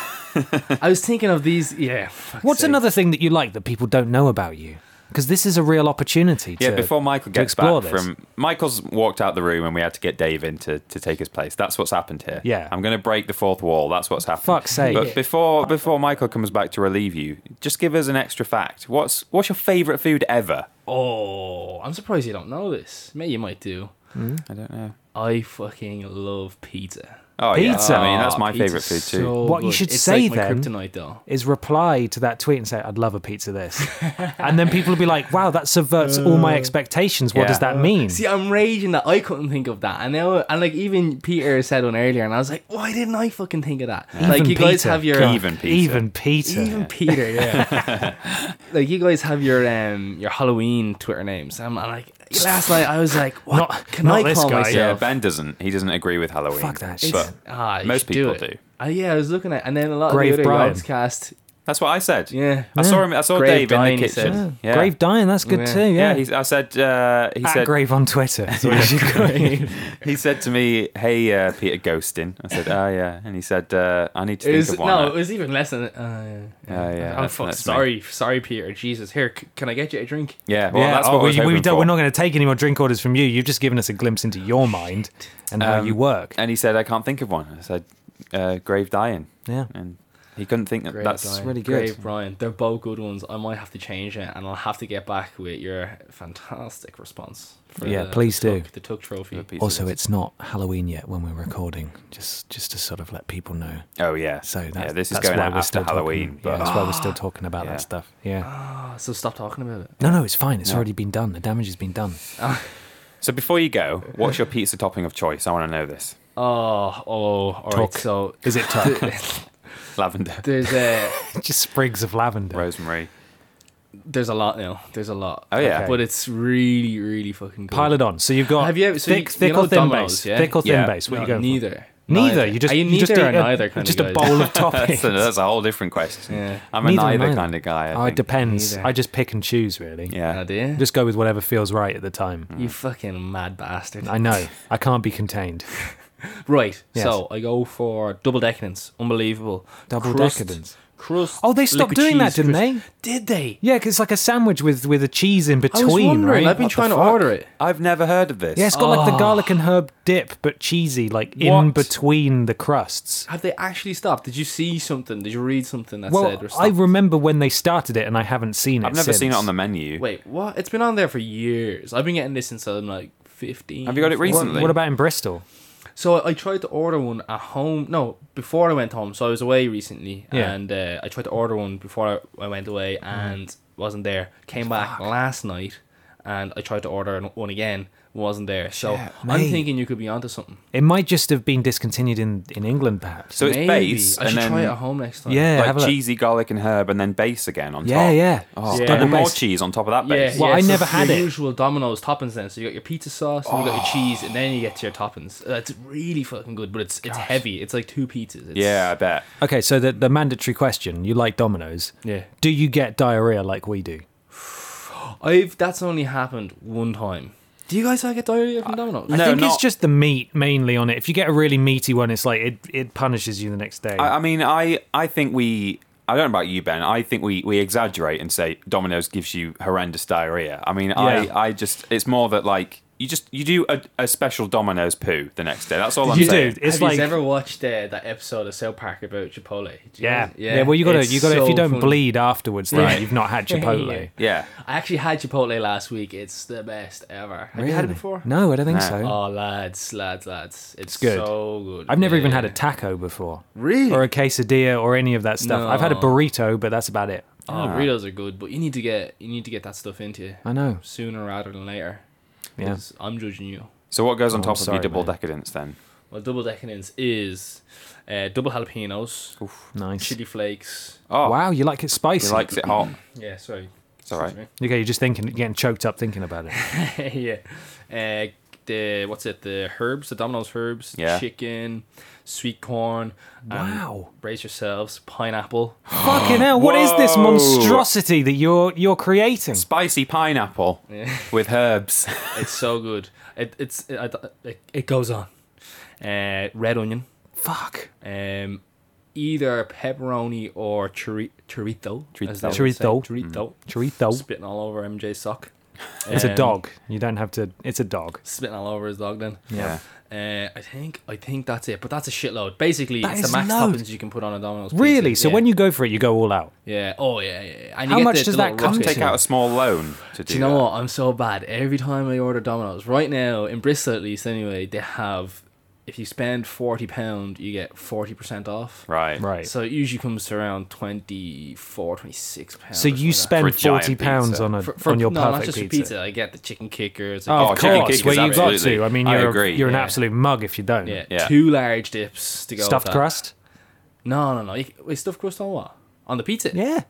I was thinking of these. Yeah. fuck's
What's
sake.
another thing that you like that people don't know about you? Because this is a real opportunity. To,
Yeah, before Michael
to
gets
explore
back
this.
from Michael's walked out the room and we had to get Dave in to, to take his place. That's what's happened here.
Yeah.
I'm gonna break the fourth wall. That's what's happened.
Fuck's sake.
But before before Michael comes back to relieve you, just give us an extra fact. What's what's your favourite food ever?
Oh, I'm surprised you don't know this. Maybe you might do.
I don't know.
I fucking love pizza.
Oh
Pizza.
yeah. I mean that's my
Pizza's
favourite food too.
so
What you
good.
should
It's
say
like
then-
My kryptonite, though.
is reply to that tweet and say, "I'd love a pizza this," [LAUGHS] and then people will be like, "Wow, that subverts all my expectations.
Uh,
What
yeah.
does that mean?"
See, I'm raging that I couldn't think of that. And now, and like even Peter said one earlier, and I was like, why didn't I fucking think of that? Like
Even
you guys
Peter.
have your
God. Even Peter.
Even Peter.
Even Peter, yeah. like you guys have your um your Halloween Twitter names. I'm like last night I was like, what
Not-
can
not
I
this
call
guy.
myself?
Yeah, Ben doesn't. He doesn't agree with Halloween.
Fuck
But
that shit.
Ah, you
most
should do
people
it.
do.
Uh, yeah, I was looking at, and then a lot
Grave
of the other
Brian.
Yobs cast
That's what I said.
Yeah.
I saw him. I saw
Grave
Dave in
dying,
the
he
kitchen.
said.
Yeah.
Grave dying, that's good
Yeah.
too. Yeah,
Yeah, he's, I said. Uh, he
At
said.
Grave on Twitter.
He said to me, "Hey, uh, Peter Ghostin." I said, "Oh yeah," and he said, uh, "I need to
It
think
was,
of one."
no,
now."
it was even less than. Uh,
Yeah, yeah,
Oh
that's-
fuck!
that's me.
Sorry, sorry, Peter. Jesus, here, c- can I get you a drink?
yeah, well,
yeah,
that's
oh,
what I was
we, we
hoping
don't,
for.
we're not going to take any more drink orders from you. You've just given us a glimpse into your mind and how
Um,
you work.
And he said, "I can't think of one." I said, uh, "Grave dying,"
Yeah.
and he couldn't think that.
Grave
that's
Brian.
really good.
Grave Brian. They're both good ones. I might have to change it, and I'll have to get back with your fantastic response. For
Yeah,
the,
please
the
do.
Tuck, the Tuck Trophy.
piece of
Also,
it.
it's not Halloween yet when we're recording. Just just to sort of let people know.
oh yeah.
So that's,
yeah, this is
that's
going
why
out
we're
after
still
Halloween,
Talking, yeah,
but
that's why we're still talking about
Yeah.
that stuff. Yeah.
Oh, so stop talking about it.
No, no, it's fine. It's
No.
already been done. The damage has been
[LAUGHS]
done.
so before you go, what's your pizza topping of choice? I want to know this.
Oh, oh, all right.
Tuck.
So
Is it tuck?
Lavender,
[LAUGHS]
[LAUGHS]
there's a
just sprigs of lavender.
rosemary.
there's a lot now. There's a lot.
Oh, yeah.
but it's really, really fucking good.
Pile it on. So you've got
Have you ever- so
thick,
you-
thick
you know
or thin
Domino's,
base?
yeah?
Thick or thin
Yeah.
base? What
No,
are you going for?
neither.
Neither. You just
Are you
you just
neither or
eat a-
neither kind of
just
guys?
a
[LAUGHS]
bowl of toppings.
That's, a, that's a whole different question.
Yeah.
I'm a
Neither am
neither,
I.
kind of guy. I
Oh, it
think.
depends.
Neither.
I just pick and choose really.
Yeah.
Oh, do you?
Just go with whatever feels right at the time.
you fucking mad bastard.
I know. I can't be
[LAUGHS]
contained.
Right.
Yes.
So I go for double decadence. Unbelievable.
Double decadence.
Crust.
Oh, they stopped
liquid
doing that,
cheese,
didn't
crust-
they?
Did they?
Yeah, 'cause it's like a sandwich with with a cheese in
I
between,
was wondering.
right?
I've been
What the
trying to
fuck?
order it.
I've never heard of this.
Yeah, it's got like the garlic and herb dip, but cheesy, like in
What?
between the crusts.
Have they actually stopped? Did you see something? Did you read something that
Well,
said? they're
I
stopped?
remember when they started it, and I haven't seen it.
I've never seen it
since.
on the menu.
Wait, what? It's been on there for years. I've been getting this since I'm like 15.
Have you got it
What-
recently?
What about in Bristol?
So I, I tried to order one at home. No, before I went home. So I was away recently,
Yeah. Mm-hmm.
and uh, I tried to order one before I, I went away and wasn't there. Came back last night, and I tried to order an- one again. Wasn't there. So
mate.
I'm thinking you could be onto something.
It might just have been discontinued in in England, perhaps.
So it's
Maybe.
base
I
and
should
then
try it at home next time.
yeah, have a
like
look.
cheesy garlic and herb, and then base again on
uh, Yeah,
top.
yeah.
Oh,
It's
Yeah.
And
double
then more
base.
cheese on top of that
Yeah,
base.
Well,
yeah,
I
so
never
it's
had
your
it. Oh.
Usual Domino's toppings. Then, so you got your pizza sauce, and you got your cheese, and then you get to your toppings. Uh, It's really fucking good, but it's it's heavy. It's like two pizzas. It's,
Yeah, I bet.
Okay, so the the mandatory question: You like Domino's?
yeah.
Do you get diarrhea like we do?
I've that's only happened one time. Do you guys all get diarrhea from Domino's?
I
No,
think
not-
it's just the meat mainly on it. If you get a really meaty one, it's like it, it punishes you the next day.
I, I mean, I I think we. I don't know about you, Ben. I think we, we exaggerate and say Domino's gives you horrendous diarrhea. I mean,
Yeah.
I, I just it's more that like you just you do a, a special Domino's poo the next day. That's all I'm
you
saying.
do. It's
Have
like
you ever watched uh, that episode of South Park about Chipotle? Do you
yeah.
guys-
yeah, Well, you gotta
It's
you gotta if you
so
don't
funny.
bleed afterwards, then
Yeah.
you've not
[LAUGHS]
had Chipotle.
Yeah,
I actually had Chipotle last week. It's the best ever. Have you had it
Really?
before?
No, I don't think
Nah.
so.
Oh, lads, lads, lads! It's,
good.
so good.
I've never even
Yeah.
had a taco before,
Really?
or a quesadilla, or any of that stuff. I've had a
No.
burrito, but that's about it.
Oh, burritos are good, but you need to get you need to get that stuff into you
I know.
sooner rather than later.
Yeah.
'Cause I'm judging you.
So what goes on top
sorry,
of your double
mate.
decadence then?
Well, double decadence is uh, double jalapenos,
Nice.
chili flakes.
Oh,
Wow, you like it
he
spicy.
likes it hot.
Yeah, sorry.
It's all right.
Okay, you're just thinking, getting choked up thinking about it.
[LAUGHS] yeah. Uh, the what's it? The herbs, the Domino's herbs,
Yeah.
chicken, sweet corn. and
Wow.
brace yourselves, pineapple.
Fucking hell! What is this
Whoa.
monstrosity that you're you're creating?
Spicy pineapple [LAUGHS] with herbs.
It's so good. [LAUGHS] It it's it, it, it goes on. Uh, red onion.
Fuck.
um, either pepperoni or chori- chorito. as they would
Chorito.
say. Chorito.
Chorizo. Mm.
Spitting all over MJ's sock.
It's a
Um,
dog. You don't have to. It's a dog.
Spitting all over his dog then.
Yeah.
Uh, I think I think that's it, but that's a shitload. Basically,
That
it's
is
the max
load.
toppings you can put on a Domino's. pizza.
Really? So
yeah.
when you go for it, you go all out.
yeah, oh yeah, yeah. yeah. And
How
you get
much
the-
does
the
that
little
come
rocket.
to?
Take out a small loan to do.
Do you know
that.
what? I'm so bad. Every time I order Domino's, right now in Bristol at least, anyway, they have if you spend forty pound, you get forty percent off.
Right.
Right. So,
So it usually comes to around 24, 26 pounds. or something
you
like that.
spend
For a giant
forty pounds
pizza.
on a
For- for-
on your
no,
perfect
not just
pizza.
for pizza. I get the chicken kickers. I
Oh,
get
Oh,
of
chicken
course.
kickers,
Well, you got
absolutely.
to. I mean,
I
you're a-
agree,
you're an
yeah.
absolute mug if you don't.
yeah,
Yeah.
two large dips to go. with
Stuffed
that.
crust.
No, no, no. You, wait, stuffed crust on what? On the pizza?
Yeah.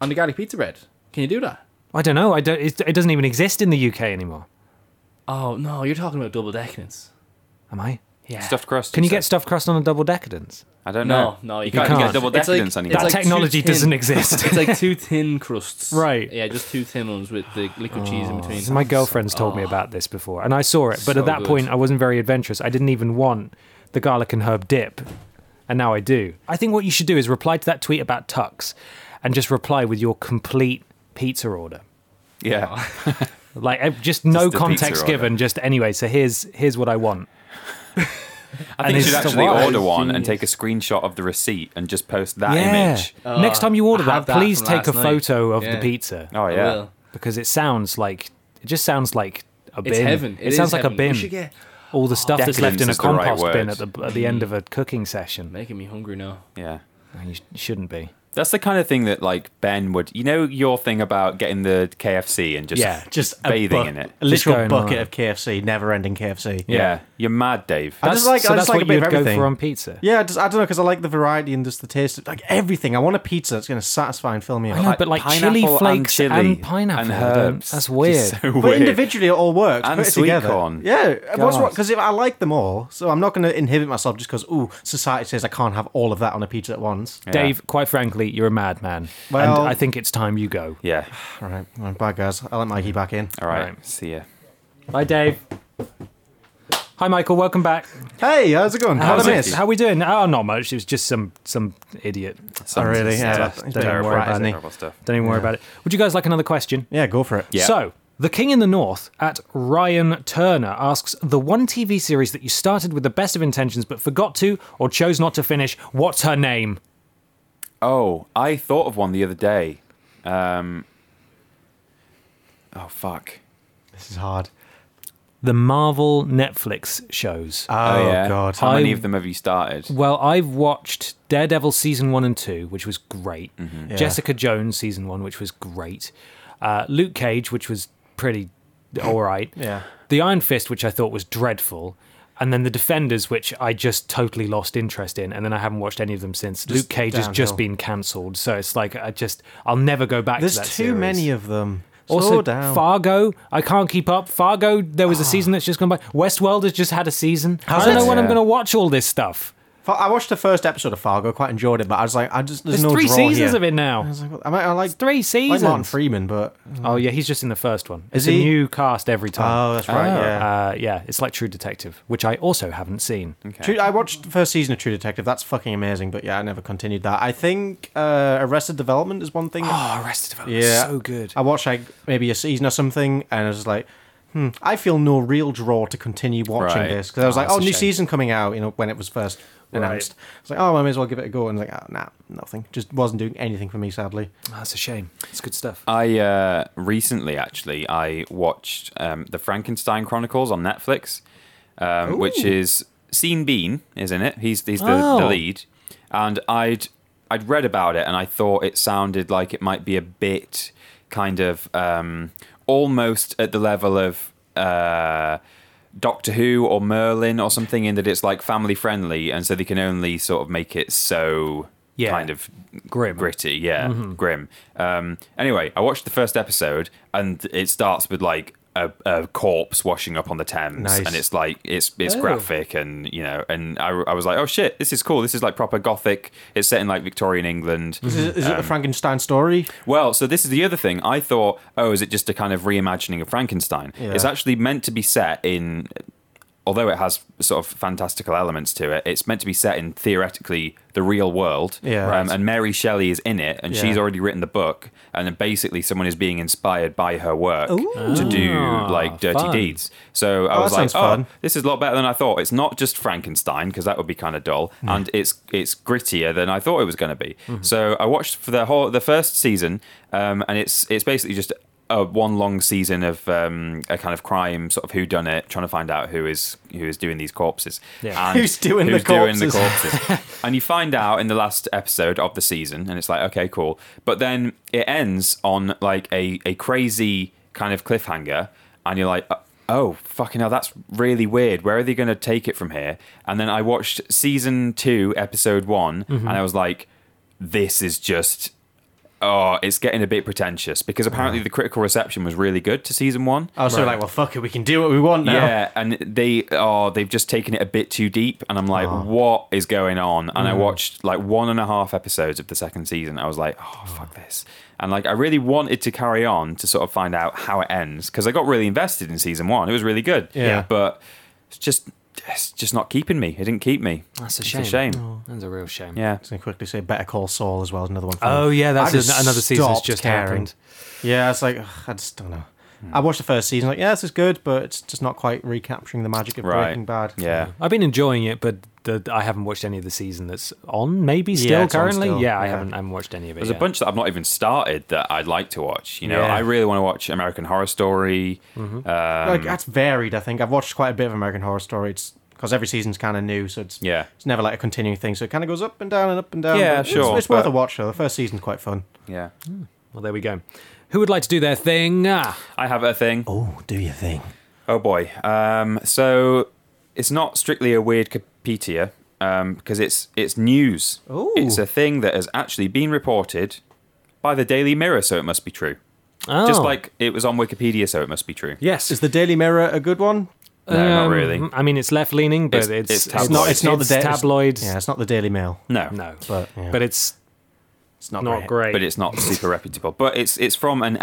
On the garlic pizza bread? Can you do that?
I don't know. I don't. It, it doesn't even exist in the UK anymore.
Oh no, you're talking about double decadence.
Am I?
Yeah.
Stuffed crust.
Can you
said.
get stuffed crust on a double decadence?
I don't
No,
know.
no, you
can't,
can't.
get double
It's like-
decadence
it's
That
anymore.
like
technology
two tin-
doesn't exist.
It's
[LAUGHS]
like two thin crusts.
Right. Oh,
Yeah, just two thin ones with the liquid cheese in between.
My girlfriend's told me about this before, and I saw it. But
So
at that
good.
point, I wasn't very adventurous. I didn't even want the garlic and herb dip, and now I do. I think what you should do is reply to that tweet about Tux, and just reply with your complete pizza order.
[LAUGHS] yeah,
Like uh, just no
the pizza
context
order.
given. Just anyway. So here's here's what I want.
[LAUGHS] I think you should
it's
actually
wild.
order one and
Genius.
take a screenshot of the receipt and just post that image.
Next time you order
Oh, I have
that,
that
please
from
take a
last night.
photo of
Yeah.
the pizza
Oh
I
yeah,
will.
because it sounds like it just sounds like a bin.
It's heaven.
It,
is
sounds like
heaven.
a
We
bin.
should get-
All the stuff that's left
Decadence
in a
is the right
compost bin
word.
at the at the end of a cooking session.
making me hungry now.
yeah.
And You sh- shouldn't be.
That's the kind of thing that like Ben would. You know your thing about getting the KFC and just
Yeah,
Just
bathing
a bu-
in it.
a
Just
literal
going
bucket
on.
of KFC, never-ending KFC.
Yeah. you're mad, Dave.
I just like
so
I
that's
just like
what
a bit
you'd
of everything.
go for on pizza.
Yeah, I, just, I don't know because I like the variety and just the taste, like everything. I want a pizza that's going to satisfy and fill me
I know,
up.
but like
Pineapple
chili
and
flakes and,
chili
pineapple.
and
I don't-
herbs.
That's
Just
weird.
so [LAUGHS]
But
weird.
individually, it all works.
And
Put it
sweet
together.
corn.
Yeah, what's
God.
wrong? Because I like them all, so I'm not going to inhibit myself just because ooh, society says I can't have all of that on a pizza at once.
Yeah.
Dave, quite frankly, you're a madman.
Well-
and I think it's time you go.
Yeah.
All right, well, bye guys. I let Mikey back in.
All right.
Right.
See ya.
Bye, Dave. Hi, Michael. Welcome back.
Hey, how's it going? How'd
How's
I
it-
miss?
How we doing? Oh, not much. It was just some some idiot.
Oh, really? Yeah,
Yeah.
that's-
Don't
don't
worry
worry
about
about it.
terrible stuff.
Don't even worry about it. Would you guys like another question?
Yeah, go for it.
Yeah.
So, The King in the North at Ryan Turner asks the one TV series that you started with the best of intentions but forgot to or chose not to finish. What's her name?
Oh, I thought of one the other day. Um. Oh fuck.
This is hard.
The Marvel Netflix shows.
Oh, god.
How many
I-
of them have you started?
well, I've watched Daredevil season one and two, which was great. Jessica Jones season one, which was great. Uh, Luke Cage, which was pretty all right.
Yeah.
The Iron Fist, which I thought was dreadful, and then the Defenders, which I just totally lost interest in, and then I haven't watched any of them since. Luke Cage has just
downhill.
been cancelled, so it's like I just I'll never go back.
There's
to
too
that series.
many of them.
Also,
Slow down. Ah.
Fargo, I can't keep up. Fargo, there was a season that's just gone by. Westworld has just had a season. I
Has
don't
it?
know when I'm
Yeah.
going to watch all this stuff.
Fa- I watched the first episode of Fargo, quite enjoyed it, but I was like, I just
There's
there's, no
three
draw
seasons
here.
of it now.
I was like, well, I, might, I like
Three
I like Martin
seasons.
Freeman, but
Oh yeah, he's just in the first one.
Is
it's a
he?
new cast every time.
oh, that's right. yeah.
Uh, yeah, it's like True Detective, which I also haven't seen.
True, I watched the first season of True Detective. That's fucking amazing. But yeah, I never continued that. I think uh, Arrested Development is one thing.
Oh, Arrested Development,
yeah,
so good.
I watched like maybe a season or something, and I was just like, hmm, I feel no real draw to continue watching
Right.
this because I was
Oh,
like,
that's
oh,
a
new
shame.
season coming out. You know, when it was first announced, I was like, oh, I may as well give it a go. And I was like, oh, nah, nothing. Just wasn't doing anything for me, sadly.
Oh, that's a shame. It's good stuff.
I uh, recently actually I watched um, the Frankenstein Chronicles on Netflix, um, which is Sean Bean, isn't it? He's he's the, the
Oh.
lead, and I'd I'd read about it and I thought it sounded like it might be a bit kind of um, almost at the level of. Uh, Doctor Who or Merlin or something in that it's like family friendly, and so they can only sort of make it so
Yeah.
kind of
Grim.
gritty, yeah,
Mm-hmm.
grim. Um, anyway, I watched the first episode, and it starts with like a, a corpse washing up on the Thames,
Nice.
and it's like it's it's
Oh.
graphic, and you know, and I, I was like, oh shit, this is cool. This is like proper gothic. It's set in like Victorian England.
Is, it- is
Um,
it the Frankenstein story?
Well, so this is the other thing. I thought, oh, is it just a kind of reimagining of Frankenstein?
Yeah.
It's actually meant to be set in, although it has sort of fantastical elements to it, it's meant to be set in theoretically the real world.
Yeah.
Um,
Right.
and Mary Shelley is in it, and
Yeah.
she's already written the book, and then basically someone is being inspired by her work to do like dirty
fun.
deeds. So I
Oh,
was
that
like,
sounds
oh,
fun.
this is a lot better than I thought. It's not just Frankenstein because that would be kind of dull,
Mm.
and it's it's grittier than I thought it was going to be.
Mm-hmm.
So I watched for the whole the first season, um, and it's it's basically just a one long season of um, a kind of crime sort of who done it, trying to find out who is who is doing these corpses.
Yeah.
And
Who's doing the
the corpses. and you find out in the last episode of the season, and it's like, okay, cool. But then it ends on like a, a crazy kind of cliffhanger, and you're like, oh, fucking hell, that's really weird. Where are they going to take it from here? And then I watched season two, episode one, and I was like, this is just oh, it's getting a bit pretentious because apparently the critical reception was really good to season one.
I was sort of like, well, fuck it, we can do what we want now.
Yeah, and they oh they've just taken it a bit too deep, and I'm like,
Oh.
what is going on? And
Mm.
I watched like one and a half episodes of the second season. I was like,
Mm.
oh fuck this, and like I really wanted to carry on to sort of find out how it ends because I got really invested in season one. It was really good.
Yeah.
but it's just it's just not keeping me. It didn't keep me.
That's a
It's
shame. Oh,
a shame.
That's a real shame.
Yeah.
I was going to quickly say Better Call Saul as well as another one. for me.
Oh yeah, that's
I just
an- another season's
stopped
just
caring.
happened.
Yeah, it's like ugh, I just don't know.
Hmm.
I watched the first season, like yeah, this is good, but it's just not quite recapturing the magic of
Right.
Breaking Bad.
Yeah.
I've been enjoying it, but the, I haven't watched any of the season that's on. Maybe still
it's on
currently.
still,
Yeah, I
yeah.
haven't. I haven't watched any of it.
There's
yet.
a bunch that I've not even started that I'd like to watch. You know,
Yeah.
I really want to watch American Horror Story. Um,
like that's varied. I think I've watched quite a bit of American Horror Story. It's because every season's kind of new, so it's
Yeah.
it's never like a continuing thing. So it kind of goes up and down and up and down.
Yeah,
but it's-
sure,
It's, worth
but-
a watch though. The first season's quite fun.
yeah.
Well, there we go. Who would like to do their thing? Ah,
I have a thing.
Oh, do your thing.
Oh boy. Um, so it's not strictly a weird Wikipedia um, because it's it's news.
Ooh.
It's a thing that has actually been reported by the Daily Mirror, so it must be true.
oh.
Just like it was on Wikipedia, so it must be true.
yes,
Is the Daily Mirror a good one?
No, not
Um,
really.
um, I mean, it's left leaning, but
It's-
it's,
it's
It's not. It's not the da- it's-
tabloids.
Yeah, it's not the Daily Mail.
No,
No,
But, yeah.
but it's
It's not,
not
great.
great.
but it's not super reputable. But it's it's from an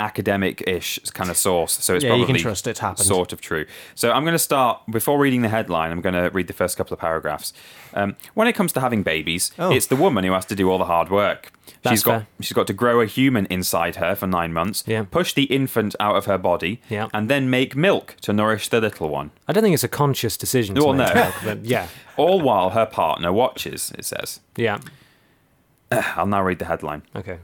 academic-ish kind of source, so it's
Yeah, you
probably
can trust it's happened.
sort of true. So I'm going to start before reading the headline. I'm going to read the first couple of paragraphs. Um, when it comes to having babies,
Oh.
it's the woman who has to do all the hard work.
That's
she's got
fair.
she's got to grow a human inside her for nine months,
Yeah.
push the infant out of her body,
Yeah.
and then make milk to nourish the little one.
I don't think it's a conscious decision. To
Well,
make,
no.
Mark, but yeah,
All while her partner watches. It says.
yeah.
I'll now read the headline.
Okay.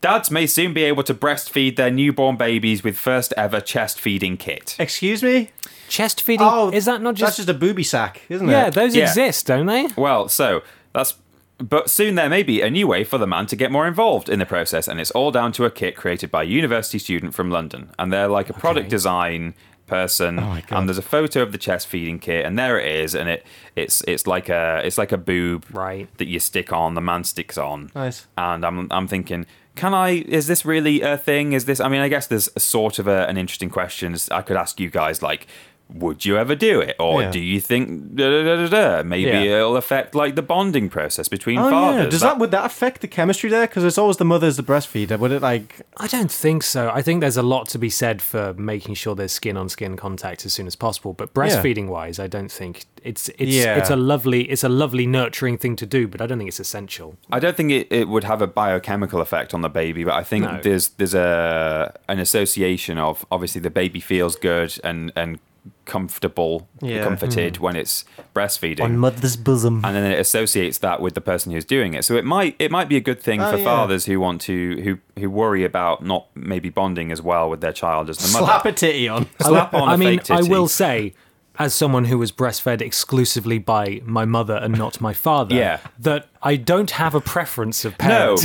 Dads may soon be able to breastfeed their newborn babies with first ever chest feeding kit.
Excuse me.
Chest feeding.
Oh,
is that not
Oh, that's
just?
just a booby sack, isn't it?
yeah, those
Yeah.
exist, don't they?
Well, so that's. But soon there may be a new way for the man to get more involved in the process, and it's all down to a kit created by a university student from London. And they're like a product design person,
Oh my God.
and there's a photo of the chest feeding kit, and there it is, and it it's it's like a it's like a boob
Right.
that you stick on, the man sticks on.
Nice.
And I'm I'm thinking, can I? Is this really a thing? Is this? I mean, I guess there's a sort of a, an interesting question. I could ask you guys like. Would you ever do it, or
Yeah.
do you think da, da, da, da, da, maybe
Yeah.
it'll affect like the bonding process between
Oh
fathers.
yeah. Does that, would that affect the chemistry there? Because it's always the mother's the breastfeeder. Would it like?
I don't think so. I think there's a lot to be said for making sure there's skin on skin contact as soon as possible. But breastfeeding wise, I don't think it's it's
Yeah.
it's a lovely it's a lovely nurturing thing to do, but I don't think it's essential.
I don't think it, it would have a biochemical effect on the baby, but I think
No.
there's there's a an association of obviously the baby feels good and and comfortable,
Yeah.
comforted when it's breastfeeding.
mother's bosom.
[LAUGHS]
and then it associates that with the person who's doing it. So it might it might be a good thing
Oh,
for
yeah.
fathers who want to who who worry about not maybe bonding as well with their child as the mother.
Slap a titty on.
Slap on
I
a
mean,
fake
I
titty.
will say, as someone who was breastfed exclusively by my mother and not my father,
Yeah.
that I don't have a preference of
No,
parents. [LAUGHS]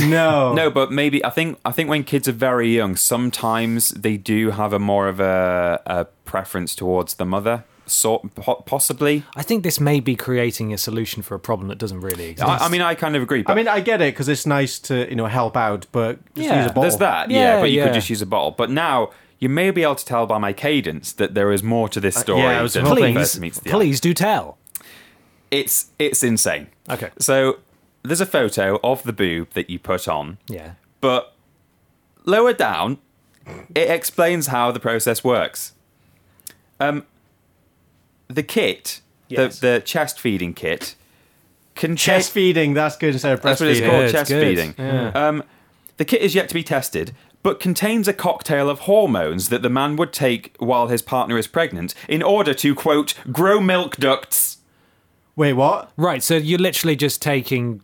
[LAUGHS]
No.
no. But maybe I think I think when kids are very young, sometimes they do have a more of a, a preference towards the mother, sort po- possibly.
I think this may be creating a solution for a problem that doesn't really exist.
I, I mean, I kind of agree. But
I mean, I get it because it's nice to you know help out, but just
Yeah,
use a bottle.
there's that, yeah.
Yeah,
but you
yeah.
could just use a bottle. But now you may be able to tell by my cadence that there is more to this story.
Uh, yeah, I was
than
hoping-
first
please,
meets the eye.
please do tell.
it's it's insane.
Okay.
So there's a photo of the boob that you put on,
Yeah.
but lower down, it explains how the process works. Um, the kit,
Yes.
the the chest feeding kit, can
Chest feeding. That's good instead of breastfeeding.
that's what it's
Yeah,
called,
it's
chest
good.
feeding. Um, the kit is yet to be tested, but contains a cocktail of hormones that the man would take while his partner is pregnant in order to quote grow milk ducts.
Wait, what?
Right. So you're literally just taking.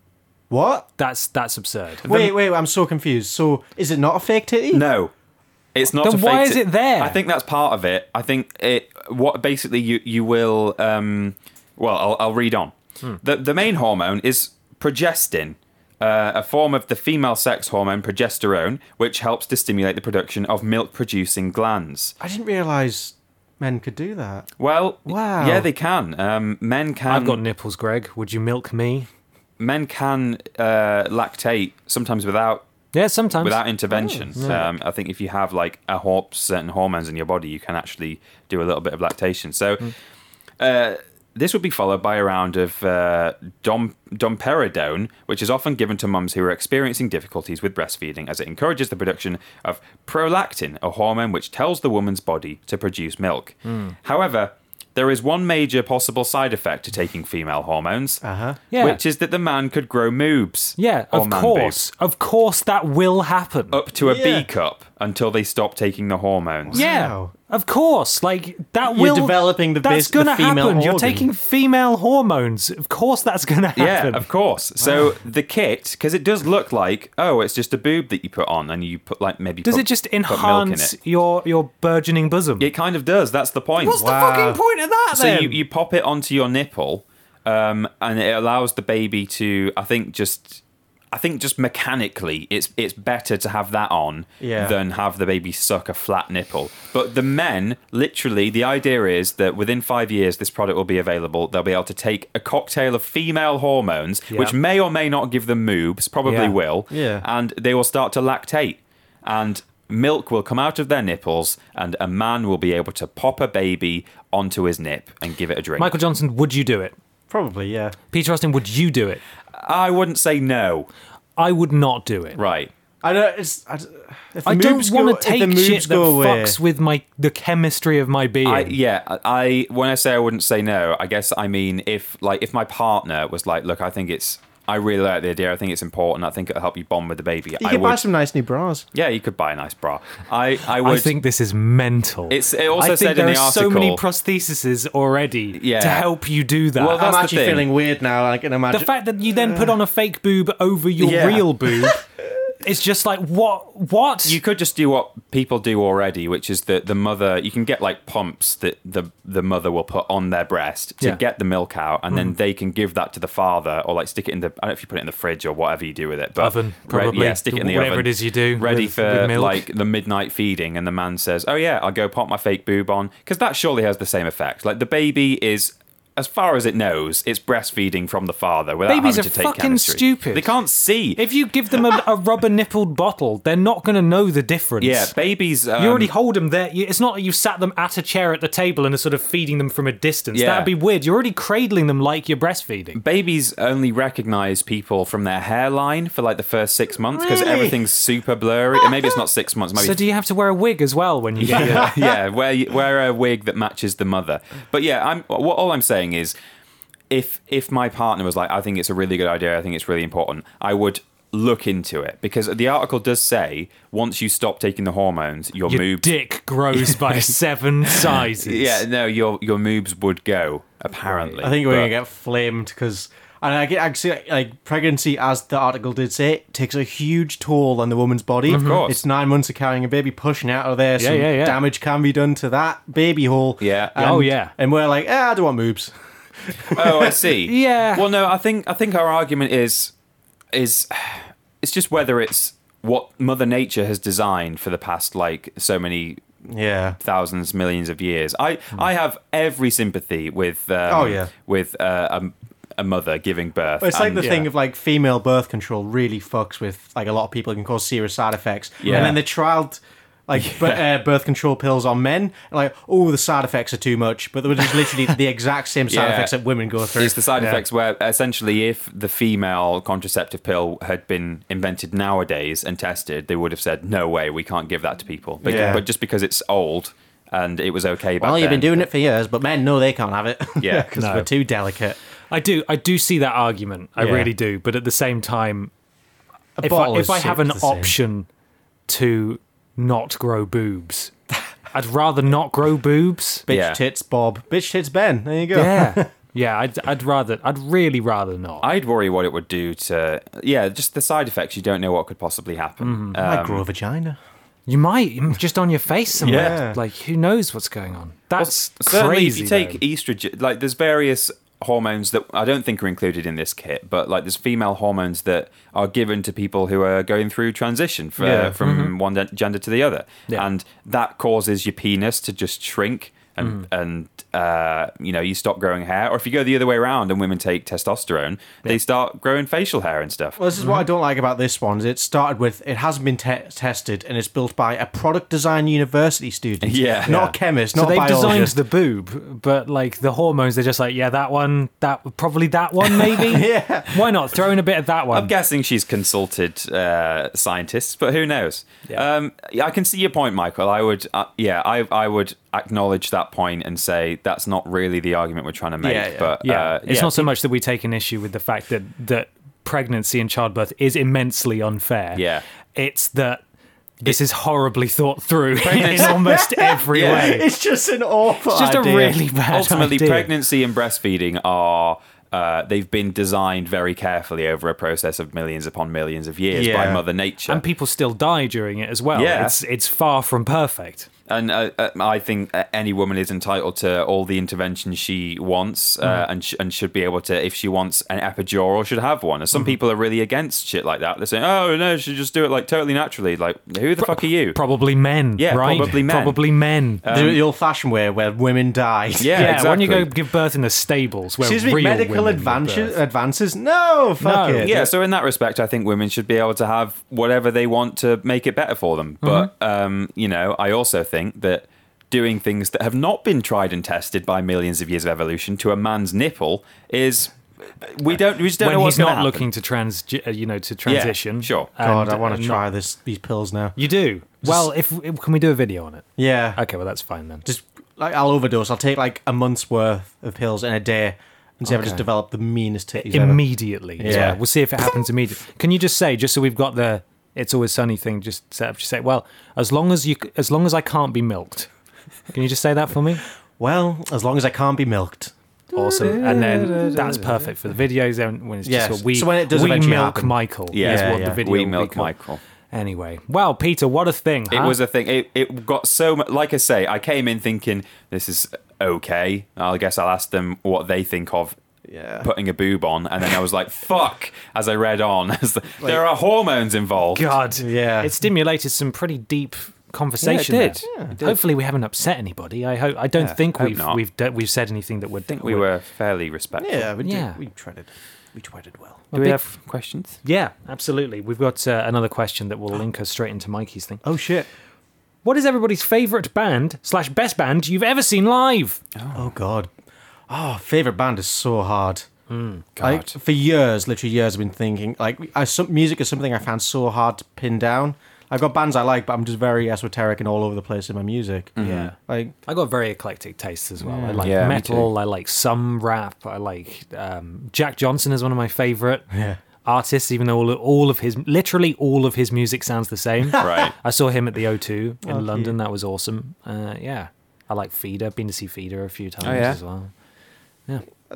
What?
That's that's absurd.
Wait, wait, I'm so confused. So, is it not a fake titty?
No. It's not.
Then
to fake
why is
ti-
it there?
I think that's part of it. I think it. What basically you you will. Um, well, I'll, I'll read on.
Hmm.
The the main hormone is progestin, uh, a form of the female sex hormone progesterone, which helps to stimulate the production of milk producing glands.
I didn't realize men could do that.
Well,
Wow.
yeah, they can. Um, men can.
I've got nipples, Greg. Would you milk me?
men can uh, lactate sometimes without
Yeah, sometimes.
without intervention.
Oh,
Um, I think if you have like a hor- certain hormones in your body, you can actually do a little bit of lactation. So
Hmm.
uh, this would be followed by a round of uh, dom- domperidone, which is often given to mums who are experiencing difficulties with breastfeeding, as it encourages the production of prolactin, a hormone which tells the woman's body to produce milk.
Hmm.
However. There is one major possible side effect to taking female hormones, uh-huh.
Yeah.
which is that the man could grow moobs.
yeah,
or
of
man boobs
course. Of course that will happen.
up to a B
Yeah.
cup until they stop taking the hormones.
yeah.
Wow.
Of course. Like that
You're
will
developing the
That's
bus- the
gonna
female
happen. You're
organ.
taking female hormones. Of course that's gonna
Yeah,
happen.
of course. So the kit, because it does look like, oh, it's just a boob that you put on and you put like maybe
Does
put-
it just
put milk in
enhance
it.
your your burgeoning bosom?
It kind of does. That's the point.
What's the fucking point of that
so
then?
you, you pop it onto your nipple, um, and it allows the baby to, I think, just. I think just mechanically, it's it's better to have that on
Yeah.
than have the baby suck a flat nipple. But the men, literally, the idea is that within five years, this product will be available. They'll be able to take a cocktail of female hormones, which may or may not give them moobs, probably
Yeah.
will,
Yeah.
and they will start to lactate, and milk will come out of their nipples, and a man will be able to pop a baby onto his nip and give it a drink.
Michael Johnson, would you do it?
Probably, yeah.
Peter Austin, would you do it?
I wouldn't say no.
I would not do it.
Right.
I don't. It's, I, d- if the
I don't
moobs go-
want
if
to take
the moobs
shit that
go away,
fucks with my the chemistry of my being.
I, yeah, I when I say I wouldn't say no, I guess I mean if like if my partner was like, look, I think it's I really like the idea. I think it's important. I think it'll help you bond with the baby.
You
I
could
would.
buy some nice new bras.
yeah, you could buy a nice bra. I I
I
would.
think this is mental.
It's- it also
I think
said in
there
the
are so many
article-
prostheses already
Yeah.
to help you do that.
Well, that's
I'm
the
actually
thing.
feeling weird now. I can
the
imagine.
fact that you then put on a fake boob over your
Yeah. [LAUGHS]
real boob, it's just like what? What?
you could just do what people do already, which is that the mother you can get like pumps that the the mother will put on their breast to
Yeah. Mm-hmm.
get the milk out, and then they can give that to the father or like stick it in the I don't know if you put it in the fridge or whatever you do with it, but
Oven,
Re-
probably.
yeah, stick it in the
Whatever
oven,
it is you do
ready
with-
for
with milk.
like the midnight feeding, and the man says, "Oh yeah, I'll go pop my fake boob on," because that surely has the same effect. Like the baby is. As far as it knows, it's breastfeeding from the father without
Babies
having
are
to take
fucking
chemistry.
stupid.
They can't see.
if you give them a, a rubber nippled bottle, they're not going to know the difference.
yeah, babies. Um,
You already hold them there. You- It's not that you sat them at a chair at the table and are sort of feeding them from a distance.
Yeah.
That'd be weird. You're already cradling them like you're breastfeeding.
babies only recognize people from their hairline for like the first six months because
Really?
everything's super blurry. And maybe it's not six months, maybe
So do you have to wear a wig as well when
[LAUGHS]
you get your...
yeah, yeah. Wear wear a wig that matches the mother. But yeah, I'm. What all I'm saying is, if if my partner was like, I think it's a really good idea. I think it's really important. I would look into it because the article does say once you stop taking the hormones, your,
your
moobs.
dick grows
[LAUGHS]
by seven sizes.
Yeah, no, your your moobs would go apparently.
I think we're
But-
gonna get flamed because, and I get actually like pregnancy, as the article did say, takes a huge toll on the woman's body. Of
course.
it's nine months of carrying a baby, pushing out of there. some
yeah, yeah.
Damage can be done to that baby hole.
Yeah.
And-
Oh, yeah.
And we're like, ah, I don't want moobs.
oh,
[LAUGHS]
I see.
Yeah.
Well, no, I think I think our argument is is it's just whether it's what Mother Nature has designed for the past like so many
Yeah.
thousands, millions of years. I
Hmm.
I have every sympathy with um,
Oh, yeah.
with uh, um, a, a mother giving birth.
But it's like
and-
the thing of like female birth control really fucks with like a lot of people. It can cause serious side effects.
Yeah.
And then they trialed
[LAUGHS]
like b- uh, birth control pills on men. and like, oh, the side effects are too much. But they were just
[LAUGHS]
literally the exact same side
Yeah.
effects that women go through.
It's the side effects where essentially, if the female contraceptive pill had been invented nowadays and tested, they would have said, "No way, we can't give that to people." But,
Yeah.
but just because it's old and it was okay back
Well, you've
then,
been doing it for years, but men, no, they can't have it. [LAUGHS]
Yeah.
because
No.
we're too delicate.
I do. I do see that argument. I
Yeah.
really do. But at the same time,
A
if
bottle
I,
is
if I have an
the same.
option to not grow boobs, I'd rather not
[LAUGHS]
grow boobs.
bitch
Yeah.
tits Bob, bitch tits Ben. There you go.
Yeah, yeah. I'd, I'd rather. I'd really rather not.
I'd worry what it would do to yeah, just the side effects. You don't know what could possibly happen.
I
Um,
grow a vagina.
You might mm, just on your face somewhere.
Yeah.
Like who knows what's going on? That's
certainly,
crazy.
if you take
though.
estrogen, like there's various hormones that I don't think are included in this kit, but like there's female hormones that are given to people who are going through transition for,
Yeah.
from one de- gender to the other,
Mm-hmm. Yeah.
and that causes your penis to just shrink. and
Mm-hmm.
and uh, you know you stop growing hair. Or if you go the other way around and women take testosterone, they start growing facial hair and stuff.
Well, this is what I don't like about this one. Is it started with it hasn't been te- tested and it's built by a product design university student.
Yeah.
not
Yeah.
a chemist.
So
Not a
they've designed
[LAUGHS] biologist.
the boob, but like the hormones, they're just like, yeah, that one, that probably that one,
[LAUGHS]
maybe. yeah. Why not throw in a bit of that one?
I'm guessing she's consulted uh, scientists, but who knows?
Yeah.
Um, I can see your point, Michael. I would, uh, yeah, I, I would acknowledge that point and say that's not really the argument we're trying to make.
Yeah, yeah.
But
yeah,
uh,
it's
yeah.
not so much that we take an issue with the fact that that pregnancy and childbirth is immensely unfair.
Yeah.
it's that this is horribly thought through [LAUGHS] in almost
[LAUGHS]
every
Yeah.
way.
It's just an awful.
It's just
idea.
a really bad
ultimately
idea.
pregnancy and breastfeeding are uh, they've been designed very carefully over a process of millions upon millions of years by
Yeah.
mother nature
and people still die during it as well.
Yeah.
It's it's far from perfect.
and uh, uh, I think uh, any woman is entitled to all the intervention she wants,
Mm-hmm.
uh, and sh- and should be able to, if she wants an epidural, should have one. And some people are really against shit like that. They're saying, "Oh no, she should just do it like totally naturally." Like, who the fuck are you?
Probably men,
Yeah,
right?
probably men.
Probably men.
Do it the old-fashioned way where women die.
Um, yeah,
yeah,
exactly.
when you go give birth in the stables, where
Excuse me,
real
medical
women give
advances.
birth.
Advances? No, fuck
No.
it.
yeah, so in that respect, I think women should be able to have whatever they want to make it better for
Mm-hmm.
them. But um, you know, I also think that doing things that have not been tried and tested by millions of years of evolution to a man's nipple is we don't we just don't
when
know what's
he's not
gonna happen.
looking to trans, uh, you know, to transition.
sure.
God, I
and-
want
and
to
not-
try this these pills now.
You do. Well, if can we do a video on it?
Yeah.
Okay, well that's fine then.
Just like I'll overdose. I'll take like a month's worth of pills in a day and see if I just develop the meanest titties ever.
immediately. as
Yeah.
well. We'll see if it happens immediately. Can you just say, just so we've got the "It's Always Sunny" thing, just set up, just say, "Well, as long as you, c- as long as I can't be milked." Can you just say that for me?
Well, as long as I can't be milked.
Awesome. And then that's perfect for the videos. And when it's just
Yes.
a we,
So when it does
we milk
eventually happen.
Michael.
Yeah,
is what
yeah.
the video
we
will be
milk
called.
Michael.
Anyway, wow, Peter, what a thing!
It
huh?
was a thing. It, it got so much. Like I say, I came in thinking this is okay. I guess I'll ask them what they think of
Yeah.
putting a boob on, and then I was like, "Fuck!" As I read on, [LAUGHS] as the, there are hormones involved.
God,
Yeah.
it stimulated some pretty deep conversation.
Yeah, it did.
there. Hopefully, we haven't upset anybody. I hope. I don't think
hope
we've
not.
we've d- we've said anything that would.
I think we were fairly respectful.
Yeah, we,
Yeah.
yeah. we treaded. We treaded well.
Do we have questions?
Yeah, absolutely. We've got uh, another question that will
Oh.
link us straight into Mikey's thing.
Oh shit.
What is everybody's favorite band slash best band you've ever seen live?
Oh god. Oh, favorite band is so hard.
God.
Like, for years, literally years, I've been thinking like I, some, music is something I found so hard to pin down. I've got bands I like, but I'm just very esoteric and all over the place in my music. Yeah, like
I got very eclectic tastes as well. I like
Mm. Yeah, me
metal. I like some rap. I like um, Jack Johnson is one of
[LAUGHS]
my favorite
Yeah.
artists. Even though all all of his literally all of his music sounds the same.
[LAUGHS] Right. Oh,
I saw him at the O2 in London. That was awesome. Uh, yeah, I like Feeder. Been to see Feeder a few times
Oh, yeah.
as well.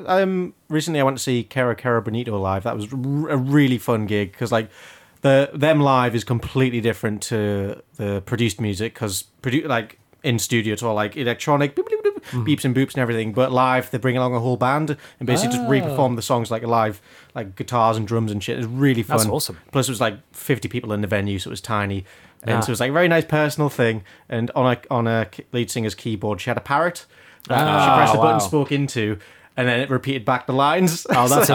um, recently I went to see Cara Cara Bonito live. That was r- a really fun gig because like the them live is completely different to the produced music because produ- like in studio it's all like electronic beep, beep, beep,
Mm-hmm.
beeps and boops and everything. But live they bring along a whole band and basically just
Ah.
re-perform the songs like live, like guitars and drums and shit. It's really fun.
That's awesome.
Plus it was like fifty people in the venue, so it was tiny. And
Ah.
so it was like a very nice personal thing. And on a on a lead singer's keyboard, she had a parrot. that she pressed the button,
Ah, wow.
spoke into, and then it repeated back the lines.
Oh, that's
So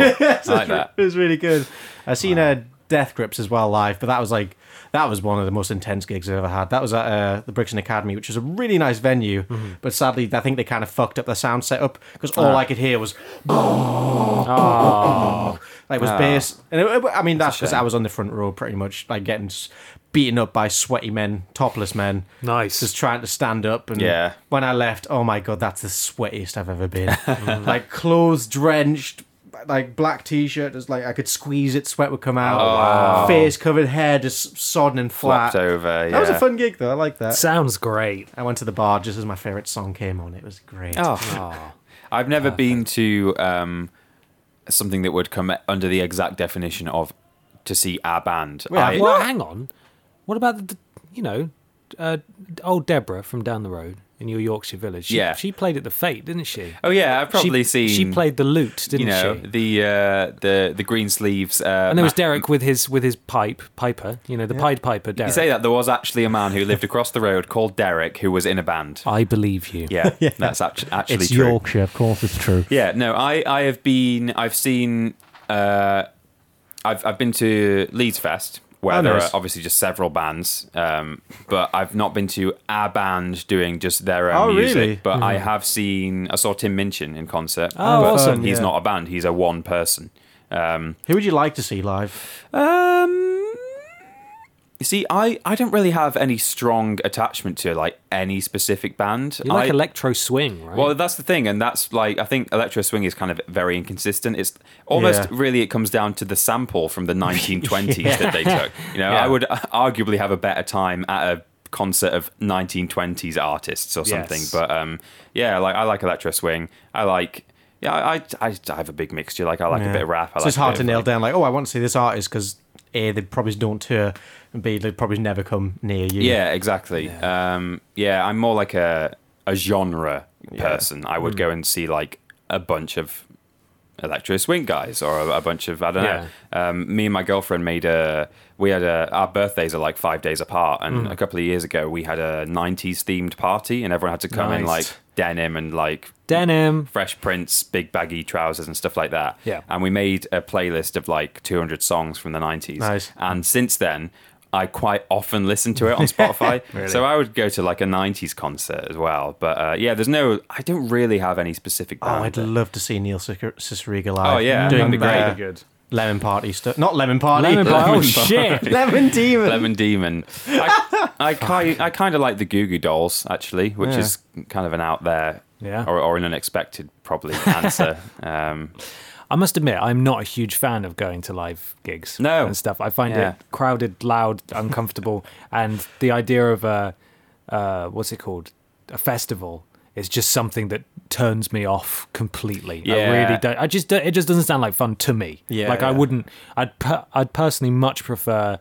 [LAUGHS]
[LAUGHS]
Oh, cool. I like that.
It was really good. I've seen uh, Death Grips as well live, but that was like that was one of the most intense gigs I've ever had. That was at uh, the Brixton Academy, which was a really nice venue,
Mm-hmm.
but sadly I think they kind of fucked up the sound setup because
Ah.
all I could hear was [LAUGHS] like
Ah.
was bass, and it, I mean that's because I was on the front row pretty much, like getting s- beaten up by sweaty men, topless men.
[LAUGHS] Nice.
just trying to stand up and
Yeah.
when I left, oh my god, that's the sweatiest I've
[LAUGHS]
ever been. like clothes drenched, like black t-shirt, just like I could squeeze it, sweat would come out. Face covered, hair just sodden and flat.
Flapped Oh, over. Yeah.
That was a fun gig though. I like
uh,
that.
Sounds great.
I went to the bar just as my favorite song came on. It was great.
Oh. I've never been to um, something that would come under the exact definition of to see a band. I-
well, hang on. What about the, you know, uh, old uh, Deborah from down the road? in your Yorkshire village. She,
Yeah.
she played at the Fate, didn't she?
Oh yeah, I've probably seen.
she, She played the lute,
you
didn't
know
she?
the uh, the the green sleeves. Uh,
And there was
ma-
Derek with his with his pipe, Piper. You know the Pied Piper. Derek.
You say that there was actually a man who lived across the road called Derek who was in a band.
[LAUGHS] I believe you.
Yeah, that's actu- actually
It's
true.
Yorkshire, of course, it's true.
Yeah, no, I, I have been, I've seen, uh, I've, I've been to Leeds Fest, where
Oh,
there
nice.
are obviously just several bands, um, but I've not been to a band doing just their own
Oh,
music.
really?
But I have seen, I saw Tim Minchin in concert.
Hmm. Oh,
but
awesome.
He's
Yeah.
not a band, he's a one person. Um,
Who would you like to see live?
um, you see, I, I don't really have any strong attachment to like any specific band.
You like
I,
electro swing, right?
well, that's the thing, and that's like I think electro swing is kind of very inconsistent. It's almost
Yeah.
really it comes down to the sample from
[LAUGHS]
the 1920s that they took. You know,
Yeah.
I would arguably have a better time at a concert of 1920s artists or something.
Yes.
But um, yeah, like I like electro swing. I like yeah, I I, I have a big mixture. Like I like a bit of rap. I
so
like
it's
a
hard
bit
to
of,
nail
like-
down. Like, oh, I want to see this artist because a they probably don't tour, and b they probably never come near you.
Yeah, exactly. Yeah. Um, yeah, I'm more like a a genre person. I would go and see like a bunch of electro swing guys or a, a bunch of I don't know. Um, me and my girlfriend made a we had a our birthdays are like five days apart, and a couple of years ago we had a '90s themed party, and everyone had to come in like
Nice.
denim and like
denim.
fresh prints, big baggy trousers and stuff like that.
Yeah.
And we made a playlist of like 200 songs from the 90s.
Nice.
And since then, I quite often listen to it
[LAUGHS]
on Spotify. So I would go to like a 90s concert as well. But uh, yeah, there's no, I don't really have any specific
Oh,
band.
I'd love to see Neil Cicer- Ciceriga live.
uh, Oh, yeah, that'd
doing
be great.
their
Good.
Lemon party stuff. Not lemon party.
Lemon Pie- Oh
Lemon
[LAUGHS]
shit!
Lemon demon.
Lemon Demon. I,
[LAUGHS]
I, ki- I kind of like the Goo Goo Dolls, actually, which
Yeah.
is kind of an out there
Yeah.
or, or an unexpected, probably, [LAUGHS] answer. um,
I must admit, I'm not a huge fan of going to live gigs.
No.
and stuff. I find
Yeah.
it
[LAUGHS]
crowded, loud, uncomfortable, and the idea of a uh, what's it called, a festival is just something that turns me off completely. I
Yeah.
really don't. I just don't- it just doesn't sound like fun to me.
Yeah,
like I
yeah.
wouldn't. I'd per, I'd personally much prefer.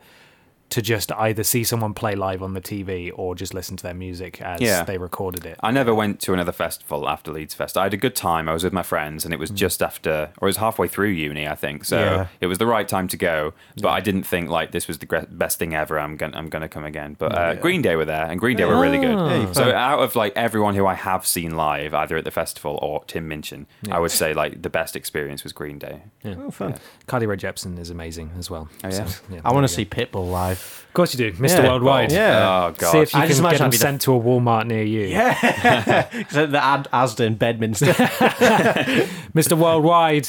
To just either see someone play live on the TV or just listen to their music as
Yeah.
they recorded it.
I never went to another festival after Leeds Fest. I had a good time. I was with my friends, and it
Mm.
was just after, or it was halfway through uni, I think. So
Yeah.
it was the right time to go. But I didn't think like this was the gre- best thing ever. I'm gonna, I'm gonna come again. But uh, Green Day were there, and Green Day were really good. so out of like everyone who I have seen live, either at the festival or Tim Minchin, I would say like the best experience was Green Day.
Oh, fun.
Carly Rae Jepsen is amazing as well.
Oh, yeah?
I
there
want to
you
see Pitbull live.
Go. Of course you do, Mr.
Yeah.
Worldwide.
Yeah.
Oh god.
See if you
I just
can
imagine
get them
I'd be the-
sent to a Walmart near you. Yeah.
So the Ad- Asda in Bedminster.
Mr. Worldwide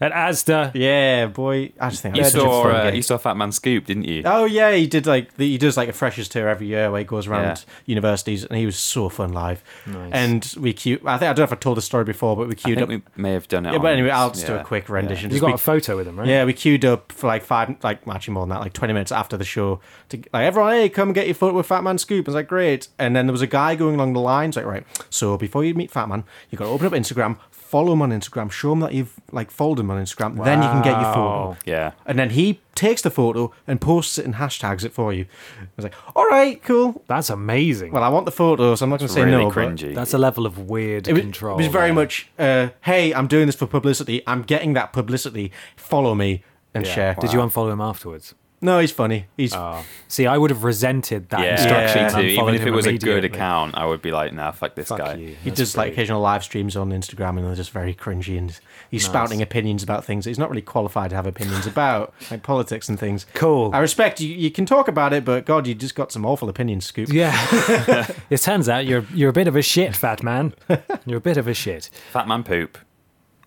at Asda.
[LAUGHS] [LAUGHS] yeah, boy. I just think
you
that's such a
saw
fun
uh,
gig.
you saw Fat Man Scoop, didn't you?
Oh yeah, he did like the, he does like a freshers tour every year where he goes around
Yeah.
universities, and he was so fun live. And we queued. I think I don't know if I told the story before, but we
I
queued
think
up.
we may have done it.
yeah, but
on-
anyway, I'll just do
yeah.
a quick rendition.
You
Just
got
we-
a photo with him, right?
Yeah, we queued up for like five, like actually more than that, like twenty minutes after the show. To like everyone, hey, come get your photo with Fat Man Scoop. I was like, great. And then there was a guy going along the lines, like, right. So before you meet Fat Man, you got to open up Instagram, follow him on Instagram, show him that you've like followed him on Instagram, then you can get your photo.
Yeah.
And then he takes the photo and posts it and hashtags it for you. I was like, all right, cool.
That's amazing.
Well, I want the photo, so I'm not going to say
Really
no. but-
cringy.
That's a level of weird
it was,
control.
It was very
there.
much, uh, hey, I'm doing this for publicity. I'm getting that publicity. Follow me and
Yeah.
share.
Did you unfollow him afterwards?
No, he's funny. He's
Oh, See, I would have resented that
Yeah,
instruction.
me
Yeah.
and
too. Even
unfollowed
if it
him
was a good
immediately.
account, I would be like, nah, fuck this
Fuck
guy.
you.
he does like occasional live streams on Instagram, and they're just very cringy. And he's spouting opinions about things that he's not really qualified to
[LAUGHS]
have opinions about, like politics and things.
Cool.
I respect you. You can talk about it, but God, you just got some awful opinions, Scoop.
Yeah. [LAUGHS] it turns out you're you're a bit of a shit, fat man.
[LAUGHS]
You're a bit of a shit.
Fat man poop.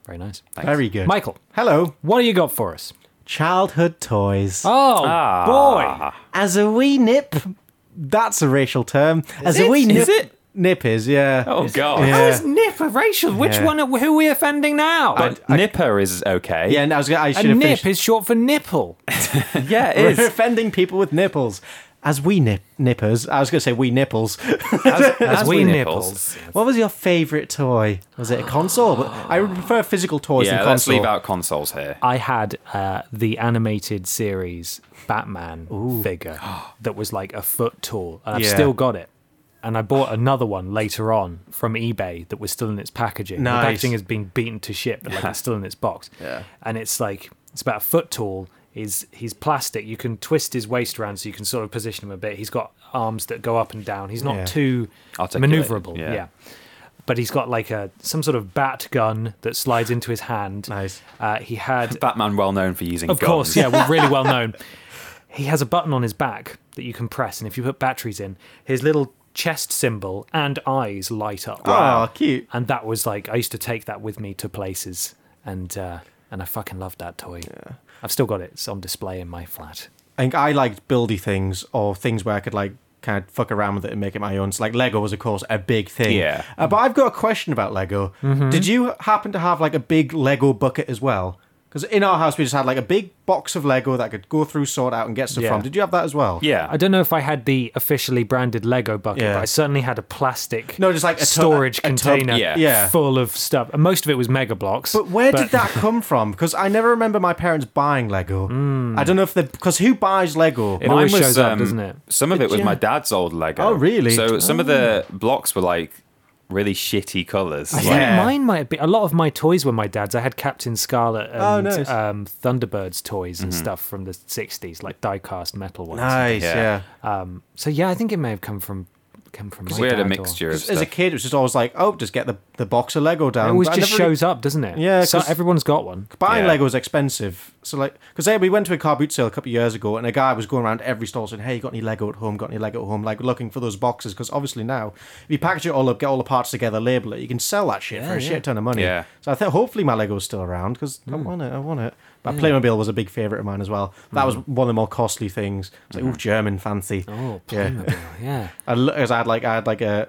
Very nice.
very good.
Michael,
hello.
what do you got for us?
Childhood toys.
Oh
Ah.
boy.
As a wee nip, that's a racial term. As
it?
a wee nip,
Is it?
Nip is yeah.
Oh god.
Yeah.
How is Nip a racial? Which
Yeah.
one? Who are we offending now?
But nipper is okay.
Yeah, and I was gonna, I
a
should have
nip
finished.
is short for
[LAUGHS]
nipple.
yeah, it
We're
is.
[LAUGHS] offending people with nipples. As we nip nippers, I was gonna say we nipples.
As,
As
we
we
nipples.
What was your favourite toy? Was it a console? But I would prefer physical toys
Yeah,
than
let's
console.
leave out consoles here.
I had uh, the animated
[GASPS]
series Batman figure that was like a foot tall, and I've
Yeah.
still got it. and I bought another one later on from eBay that was still in its packaging.
Nice.
The packaging has been beaten to shit, but like it's still in its box.
Yeah.
And it's like it's about a foot tall. Is he's plastic. You can twist his waist around so you can sort of position him a bit. He's got arms that go up and down. He's not
Yeah.
too
Articulated,
maneuverable.
yeah.
yeah. But he's got like a some sort of bat gun that slides into his hand.
Nice.
Uh, he had
Batman, well known for using
of
guns.
course, yeah, well, really well known. He has a button on his back that you can press, and if you put batteries in, his little chest symbol and eyes light up.
Oh, cute.
And that was like I used to take that with me to places, and uh, and I fucking loved that toy. I've still got it. It's on display in my flat.
I think I liked buildy things or things where I could like kind of fuck around with it and make it my own. So like Lego was of course a big thing.
Yeah.
Uh, but I've got a question about Lego. Did you happen to have like a big Lego bucket as well? Because in our house we just had like a big box of Lego that I could go through, sort out, and get stuff
Yeah.
from. Did you have that as well?
Yeah.
I don't know if I had the officially branded Lego bucket,
Yeah.
but I certainly had a plastic
No, just like a tub-
storage
a tub-
container
yeah.
Yeah.
full of stuff. And most of it was Mega Blocks.
But where did that
[LAUGHS]
come from? Because I never remember my parents buying Lego. I don't know if they because who buys Lego?
It
Mine
always
shows
shows
up,
um,
doesn't it?
Some of it was
yeah.
my dad's old Lego.
Oh, really?
So some of the blocks were like really shitty colours.
I
Like,
think
Yeah.
mine might have been. A lot of my toys were my dad's. I had Captain Scarlet and
Oh, nice. Mm-hmm.
um, Thunderbirds toys and stuff from the 60s, like die-cast metal ones.
Nice,
Yeah.
yeah.
Um, so, yeah, I think it may have come from come from my
we had a
dad or-
mixture of
As, as
stuff.
a kid, it was just always like, oh, just get the, the box of Lego down.
It always
Um, But I
just
never really-
shows up, doesn't it?
Yeah,
So
'cause-
everyone's got one.
buying
Yeah.
Lego is expensive. So like, because we went to a car boot sale a couple of years ago, and a guy was going around every store saying, "Hey, you got any Lego at home? Got any Lego at home?" Like looking for those boxes because obviously now, if you package it all up, get all the parts together, label it, you can sell that shit for a shit ton of money.
Yeah. Hmm.
So I think hopefully my Lego's still around because I want it. I want it. But Playmobil was a big favorite of mine as well. That was
Hmm.
one of the more costly things. It's like, oh, German fancy.
Oh,
[LAUGHS] Yeah.
Playmobil, yeah.
I because I had like I had like a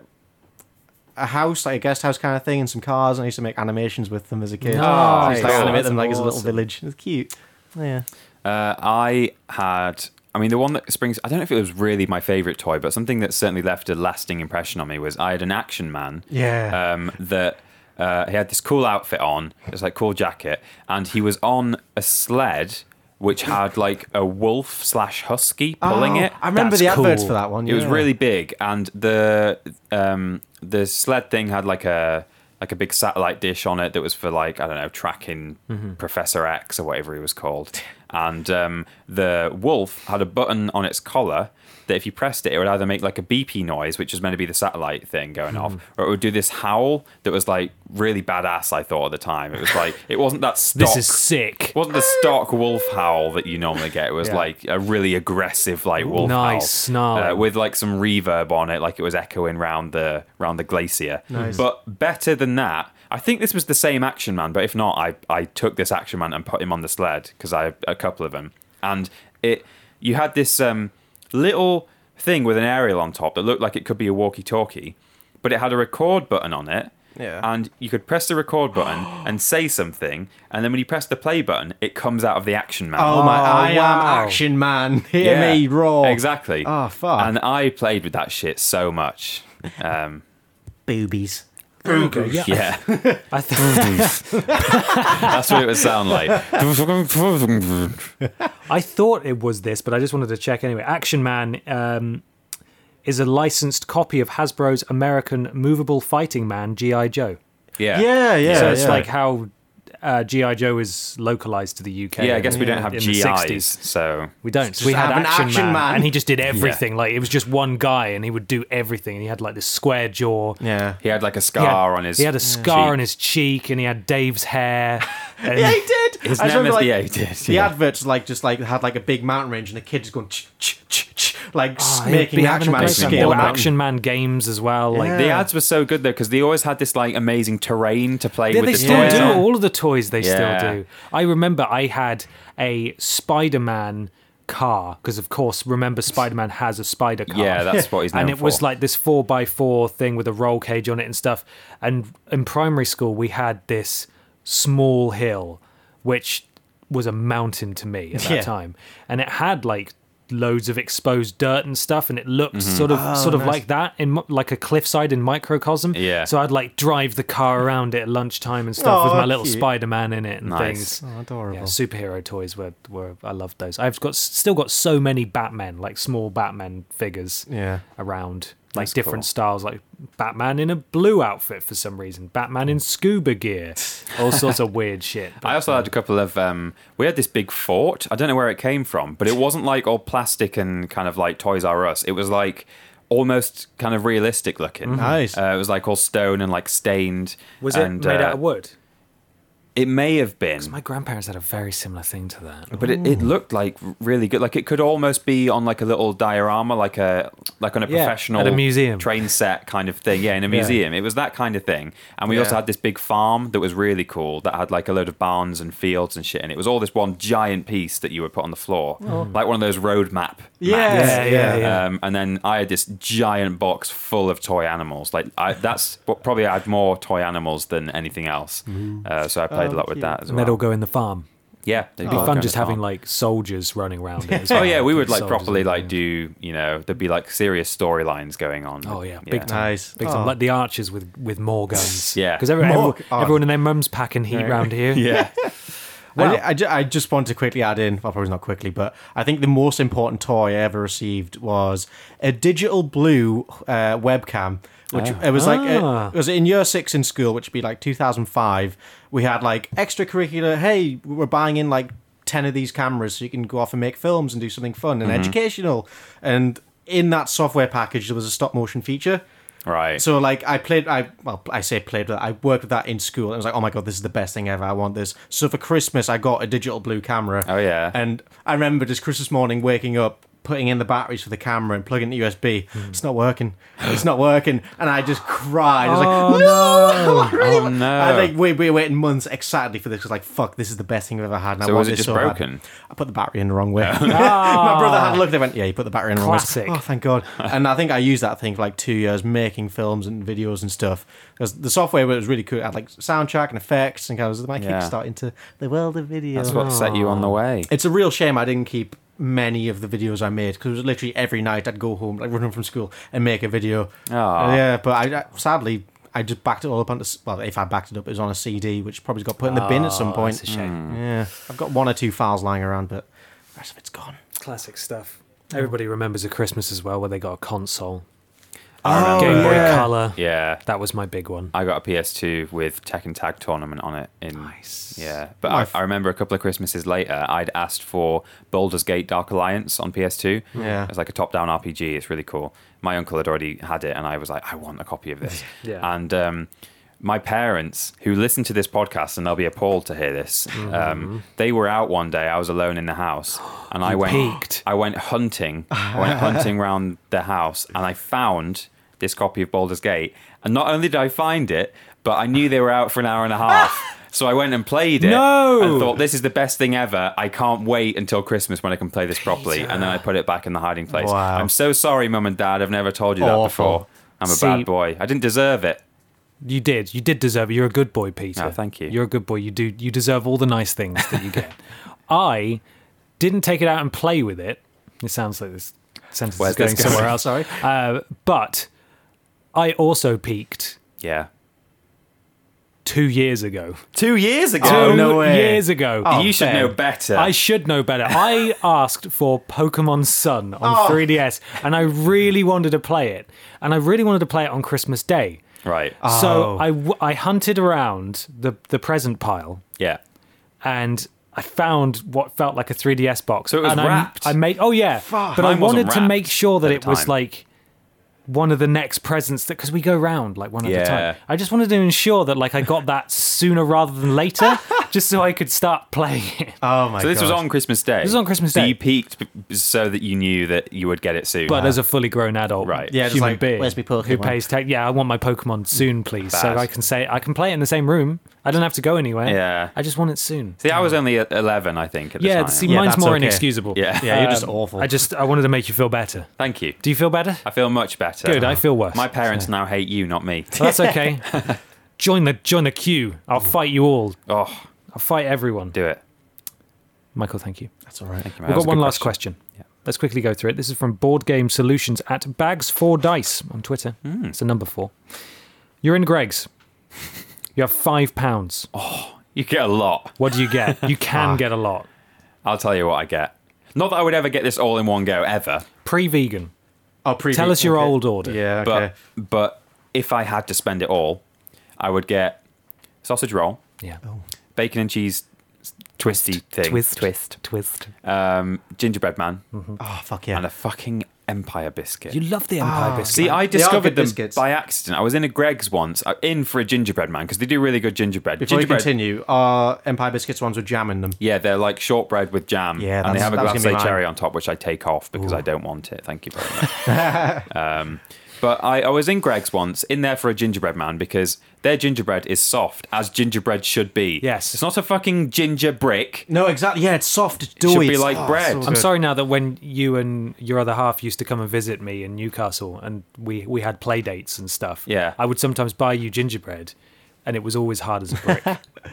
a house, like a guest house kind of thing, and some cars, and I used to make animations with them as a kid. I used to like,
Nice.
animate them like as a little
Awesome.
village. It's cute. Yeah.
Uh, I had. I mean, the one that springs. I don't know if it was really my favorite toy, but something that certainly left a lasting impression on me was I had an Action Man.
Yeah.
Um, that uh, he had this cool outfit on. It's like cool jacket, and he was on a sled which had like a wolf slash husky pulling
Oh,
it.
I remember
That's
the adverts
cool.
for that one.
It was
yeah.
really big, and the um, the sled thing had like a like a big satellite dish on it that was for like I don't know tracking
Mm-hmm.
Professor X or whatever he was called, and um, the wolf had a button on its collar that if you pressed it, it would either make like a beepy noise, which is meant to be the satellite thing going off,
Mm-hmm.
or it would do this howl that was like really badass. I thought at the time it was like it wasn't that stock.
[LAUGHS] This is sick.
it wasn't the stark wolf howl that you normally get. It was
Yeah.
like a really aggressive, like wolf howl,
Nice snarl.
uh, with like some reverb on it, like it was echoing round the round the glacier. But better than that, I think this was the same Action Man. But if not, I I took this Action Man and put him on the sled because I a couple of them, and it you had this um, little thing with an aerial on top that looked like it could be a walkie-talkie, but it had a record button on it.
Yeah.
And you could press the record button and say something, and then when you press the play button, it comes out of the action man.
Oh my! I
wow.
am action man. [LAUGHS] Hear me roar.
Exactly.
Oh, fuck.
And I played with that shit so much. Um,
Boobies.
Yeah.
yeah, [LAUGHS]
I th-
that's what it would sound like.
I thought it was this, but I just wanted to check anyway. Action Man um, is a licensed copy of Hasbro's American Movable Fighting Man GI Joe.
Yeah,
Yeah, yeah.
so it's
yeah.
like how uh, GI Joe is localized to the UK.
Yeah, I guess we don't
in
have
the
GIs,
60s.
so
We don't. we had
have an
Action,
Action
man,
Man.
and he just did everything. Like it was just one guy, and he would do everything. And he had like this square jaw.
yeah.
he had like a
He had-
scar on his.
He had a scar
cheek.
on his cheek, and he had Dave's hair. and-
Yeah, he did.
His
I just
name is
remember,
yeah,
like,
he did.
The
yeah.
adverts like just like had like a big mountain range and the kid just going ch ch ch ch like s-
Oh,
making
he'd be
the
having
action
a
man
great time.
scale
Or
a mountain.
Action Man games as well. Like
Yeah.
The ads were [LAUGHS] so good though because they always had this like amazing terrain to play
Yeah,
with.
they
the
still
toys
do.
on.
All of the toys they
Yeah.
still do. I remember I had a Spider Man car because, of course, remember Spider Man has a spider car.
Yeah, that's what he's known
[LAUGHS] and it was
for.
like this four by four thing with a roll cage on it and stuff. And in primary school, we had this small hill, which was a mountain to me at that
Yeah.
time, and it had like loads of exposed dirt and stuff and it looked
Mm-hmm.
sort of sort of like that in mi- like a cliffside in microcosm
Yeah.
so i'd like drive the car around it at lunchtime and stuff with
Aw,
my little
cute.
spider-man in it and
Nice.
things
Oh, adorable.
yeah, superhero toys were, were i loved those i've got still got so many batman like small batman figures
Yeah.
around like
That's
different
cool.
styles, like Batman in a blue outfit for some reason, Batman in
[LAUGHS]
scuba gear, all sorts of weird shit.
I also had a couple of. Um, we had this big fort. I don't know where it came from, but it wasn't like all plastic and kind of like Toys R Us. It was like almost kind of realistic looking.
Nice.
Uh, it was like all stone and like stained.
was it
and,
made
uh,
out of wood?
It may have been.
My grandparents had a very similar thing to that.
but it, it looked like really good. Like it could almost be on like a little diorama, like a like on a
Yeah,
professional
at a museum.
train set kind of thing. Yeah, in a
[LAUGHS]
museum. It was that kind of thing. And we also
Yeah.
had this big farm that was really cool that had like a load of barns and fields and shit. And it was all this one giant piece that you would put on the floor, like one of those road map. maps.
Yeah, yeah,
Oh. Mm. yeah.
Um, and then I had this giant box full of toy animals. Like I, that's what probably I had more toy animals than anything else.
Mm.
Uh, so I played a lot
Oh,
with that as
And they'd
well.
all
Oh,
go in the farm.
Yeah, it'd
It'd be fun just having like soldiers running around. It as
Oh
well.
yeah, we would like
Soldiers
properly
in
like
the-
do you know there'd be like serious storylines going on.
Oh yeah, big time.
Nice.
Big time.
Oh.
Like the archers with with more guns.
Yeah.
because everyone,
More
everyone, everyone and their mum's packing heat round
[LAUGHS]
here. [LAUGHS]
Yeah,
I, I ju- I just want to quickly add in, well, probably not quickly, but I think the most important toy I ever received was a digital blue uh, webcam, which it was like, uh,
Ah.
it, it was in year six in school, which would be like 2005. We had like extracurricular, hey, we're buying in like 10 of these cameras so you can go off and make films and do something fun
Mm-hmm.
and educational. And in that software package, there was a stop motion feature.
right.
So like I played, I well, I say played, but I worked with that in school. And I was like, oh my god, this is the best thing ever. I want this. So for Christmas, I got a digital blue camera.
Oh, yeah.
And I remember just Christmas morning waking up. Putting in the batteries for the camera and plugging the USB.
Hmm.
It's not working. It's not working. And I just cried. I was like, no, I really
Oh,
want-"
no.
I like we we were waiting months excitedly for this. 'cause, like, fuck, this is the best thing I've ever had. And I
So
want
was it
this
just
so bad.
broken? Ah.
I put the battery in the
[LAUGHS]
wrong way. [LAUGHS] My brother had a look. They went, yeah, you put the battery in the wrong way. I was like,
Classic.
"Oh,
[LAUGHS]
thank God. And I think I used that thing for like two years, making films and videos and stuff. Because the software was really cool. It had like soundtrack and effects, and kind of was my
Yeah.
kickstart into the world of video.
That's what set you on
Oh.
the way.
It's a real shame I didn't keep many of the videos I made because it was literally every night I'd go home, like run home from school, and make a video.
Aw.
yeah, but I, I sadly. I just backed it all up onto. s- Well, if I backed it up, it was on a CD, which probably got put in the bin at some point. Mm.
That's a shame.
Yeah, I've got one or two files lying around, but the rest of it's gone.
Classic stuff. Everybody remembers a Christmas as well where they got a console.
I
Game
remember.
Boy
Oh, yeah.
Color.
Yeah,
That was my big one.
I got a PS2 with Tekken Tag Tournament on it. In
Nice.
yeah, but
My
I,
f-
I remember a couple of Christmases later, I'd asked for Baldur's Gate Dark Alliance on PS2.
Yeah.
it's like a top-down RPG. It's really cool. My uncle had already had it, and I was like, I want a copy of this.
[LAUGHS] Yeah.
and um, my parents, who listen to this podcast, and they'll be appalled to hear this, um, they were out one day. I was alone in the house, and I went.
peeked.
I went hunting. I went hunting around the house, and I found this copy of Baldur's Gate. And not only did I find it, but I knew they were out for an hour and a half. So I went and played it
No!
and thought this is the best thing ever. I can't wait until Christmas when I can play this properly. And then I put it back in the hiding place.
Wow.
I'm so sorry, mum and dad. I've never told you that
Awful.
before. I'm a
See-
bad boy. I didn't deserve it.
You did. You did deserve it. You're a good boy, Peter.
Oh, thank you.
You're a good boy. You do. You deserve all the nice things that you
[LAUGHS]
get. I didn't take it out and play with it. It sounds like this sentence
Where's
is going
this going?
somewhere else.
Sorry.
Uh, but I also peaked
Yeah.
two years ago.
Two years ago.
Two
Oh, no way. Oh,
years ago.
Oh, you should
Ben.
know better.
I should know better.
[LAUGHS]
I asked for Pokemon Sun
Oh.
on 3DS, and I really wanted to play it, and I really wanted to play it on Christmas Day.
right.
Oh.
So I, w- I hunted around the the present pile
yeah.
and I found what felt like a 3DS box.
So it was
and I-
wrapped?
I, made oh yeah, but I
Mine wasn't
wanted to make
wrapped
sure that
at
it
the
was
time.
like one of the next presents that because we go round like one at a
Yeah.
time. I just wanted to ensure that like I got that sooner rather than
[LAUGHS]
later, just so I could start playing it.
Oh my
So this was on Christmas Day. This
was on Christmas
So
Day.
you peaked b- so that you knew that you would get it soon.
but as a fully grown adult,
Right.
yeah,
Yeah, just
human
like,
being
"Where's my
who
Pokemon?"
pays tech. Yeah, I want my Pokemon soon, please, so
Bad.
I can say I can play it in the same room. I don't have to go
[LAUGHS]
anywhere.
Yeah.
I just want it soon.
See, I was only at 11, I think, at the
Yeah,
time.
see,
Yeah,
mine's
that's
more
okay.
inexcusable.
Yeah.
Yeah, you're just
Um,
awful.
I just I wanted to make you feel better.
Thank you.
Do you feel better?
I feel much better.
Good, I feel worse.
My parents now hate you, not
[LAUGHS]
me.
Well,
[LAUGHS]
that's okay. join the join the queue. I'll fight you all.
Oh,
I'll fight everyone.
do it.
Michael, thank you.
That's all right.
Thank you, man.
We've
That was
got
a
one
good
last question. Let's quickly go through it. This is from Board Game Solutions at Bags4Dice on Twitter.
Hmm.
It's the number four. You're in Greg's. You have five pounds.
Oh. You get a lot.
What do you get?
[LAUGHS]
You
Ah.
can get a lot.
I'll tell you what I get. Not that I would ever get this all in one go, ever.
Pre vegan.
Oh, pre-
Tell us your
okay.
old order.
Yeah,
But
okay.
but if I had to spend it all, I would get sausage roll,
Yeah.
bacon and cheese s- twisty thing,
Twist. Twist. Twist.
um, gingerbread man,
oh fuck
and
yeah.
a fucking empire biscuit.
You love the Empire biscuit.
See, I
They are good
discovered them
biscuits.
by accident. I was in a Greg's once, uh, in for a gingerbread man because they do really good gingerbread.
Before we
gingerbread,
continue, are Empire biscuits ones with jam in them?
yeah, they're like shortbread with jam,
Yeah,
and they
that's-
have a
that was gonna be
glacé
mine.
cherry on top, which I take off because I don't want it. Thank you very much.
[LAUGHS]
um, but I, I was in Greg's once, in there for a gingerbread man because their gingerbread is soft as gingerbread should be.
Yes.
it's not a fucking ginger brick.
No, exactly. Yeah, it's soft. It's
should
dewy.
be
it's-
like
oh,
bread.
so
I'm
I'm
good.
sorry now that when you and your other half used to come and visit me in Newcastle and we, we had play dates and stuff,
Yeah.
I would sometimes buy you gingerbread and it was always hard as a brick.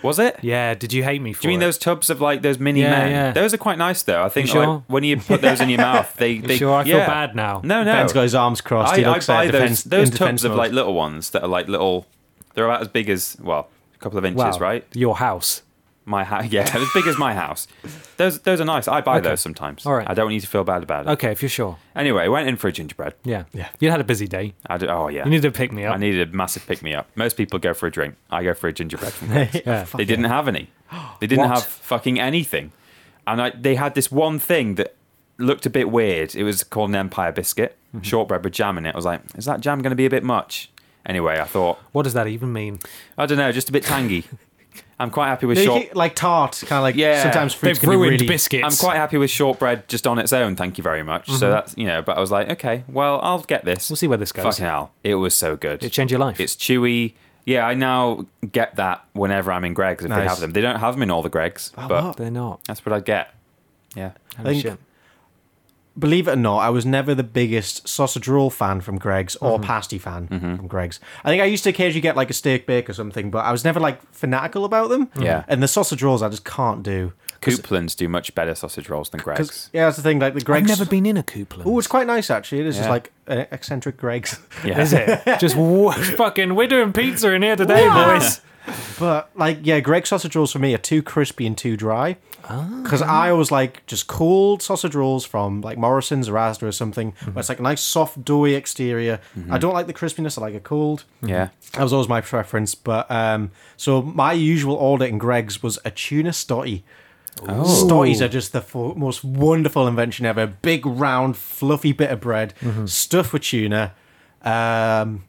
Was it?
yeah, did you hate me for
Do you mean
it?
those tubs of like those mini
Yeah,
men?
yeah.
Those are quite nice though. I think like,
sure?
when you put those in your mouth,
[LAUGHS]
they. they
sure? I feel
yeah.
bad now.
No, no.
Ben's got his arms crossed. he
I, I
looks at
buy
defense,
those, those
in defense
tubs of
mode.
like little ones that are like little. They're about as big as well, a couple of inches,
Wow,
right?
Your house.
My house, [LAUGHS] yeah, as big as my house. Those those are nice. I buy
Okay.
those sometimes.
All right.
I don't need to feel bad about it.
Okay, if you're sure.
Anyway, went in for a gingerbread.
Yeah. Yeah. You had a busy day.
I did, oh yeah.
You needed to pick me
I
up.
needed a massive pick me up. Most people go for a drink. I go for a
[LAUGHS]
gingerbread. From Greg's.
yeah.
They didn't have any. They didn't
What?
have fucking anything. And I, they had this one thing that looked a bit weird. It was called an empire biscuit,
Mm-hmm.
shortbread with jam in it. I was like, is that jam going to be a bit much? Anyway, I thought,
What does that even mean?
I don't know, just a bit
[LAUGHS]
tangy. I'm quite happy with
No, you
short.
get, like tart, kind of like
Yeah.
sometimes fruits
They've
can be
ruined
really
biscuits.
I'm quite happy with shortbread just on its own. Thank you very much. So that's you know, but I was like, okay, well, I'll get this.
Mm-hmm. We'll see where this goes.
Fucking hell, it was so good.
It changed your life.
It's chewy. Yeah, I now get that whenever I'm in Greg's if they
Nice.
have them. They don't have them in all the Greg's,
Oh,
but
what?
They're not.
that's what I get. Yeah.
Holy
think-
shit.
believe it or not, I was never the biggest sausage roll fan from Greg's or pasty fan
Mm-hmm.
from Greg's. I think I used to occasionally get like a steak bake or something, but I was never like fanatical about them.
Mm-hmm. Yeah.
And the sausage rolls I just can't do.
Couplands do much better sausage rolls than Greg's.
Because yeah, that's the thing. Like the
I've
Greg's.
never been in a Coupland.
Oh, it's quite nice actually. It is just
Yeah.
like an eccentric Greg's, [LAUGHS]
Yeah.
Is it? Just wha- [LAUGHS] fucking, we're doing pizza in here today, boys.
but like yeah, Greg's sausage rolls for me are too crispy and too dry. Because I always like just cold sausage rolls from like Morrison's or Asda or something, where it's like a nice soft doughy exterior. I don't like the crispiness. I like a cold.
Yeah.
That was always my preference. But um, so my usual order in Greg's was a tuna stotty.
Oh.
Stotties are just the fo- most wonderful invention ever. Big, round, fluffy bit of bread,
Mm-hmm.
stuffed with tuna. Um,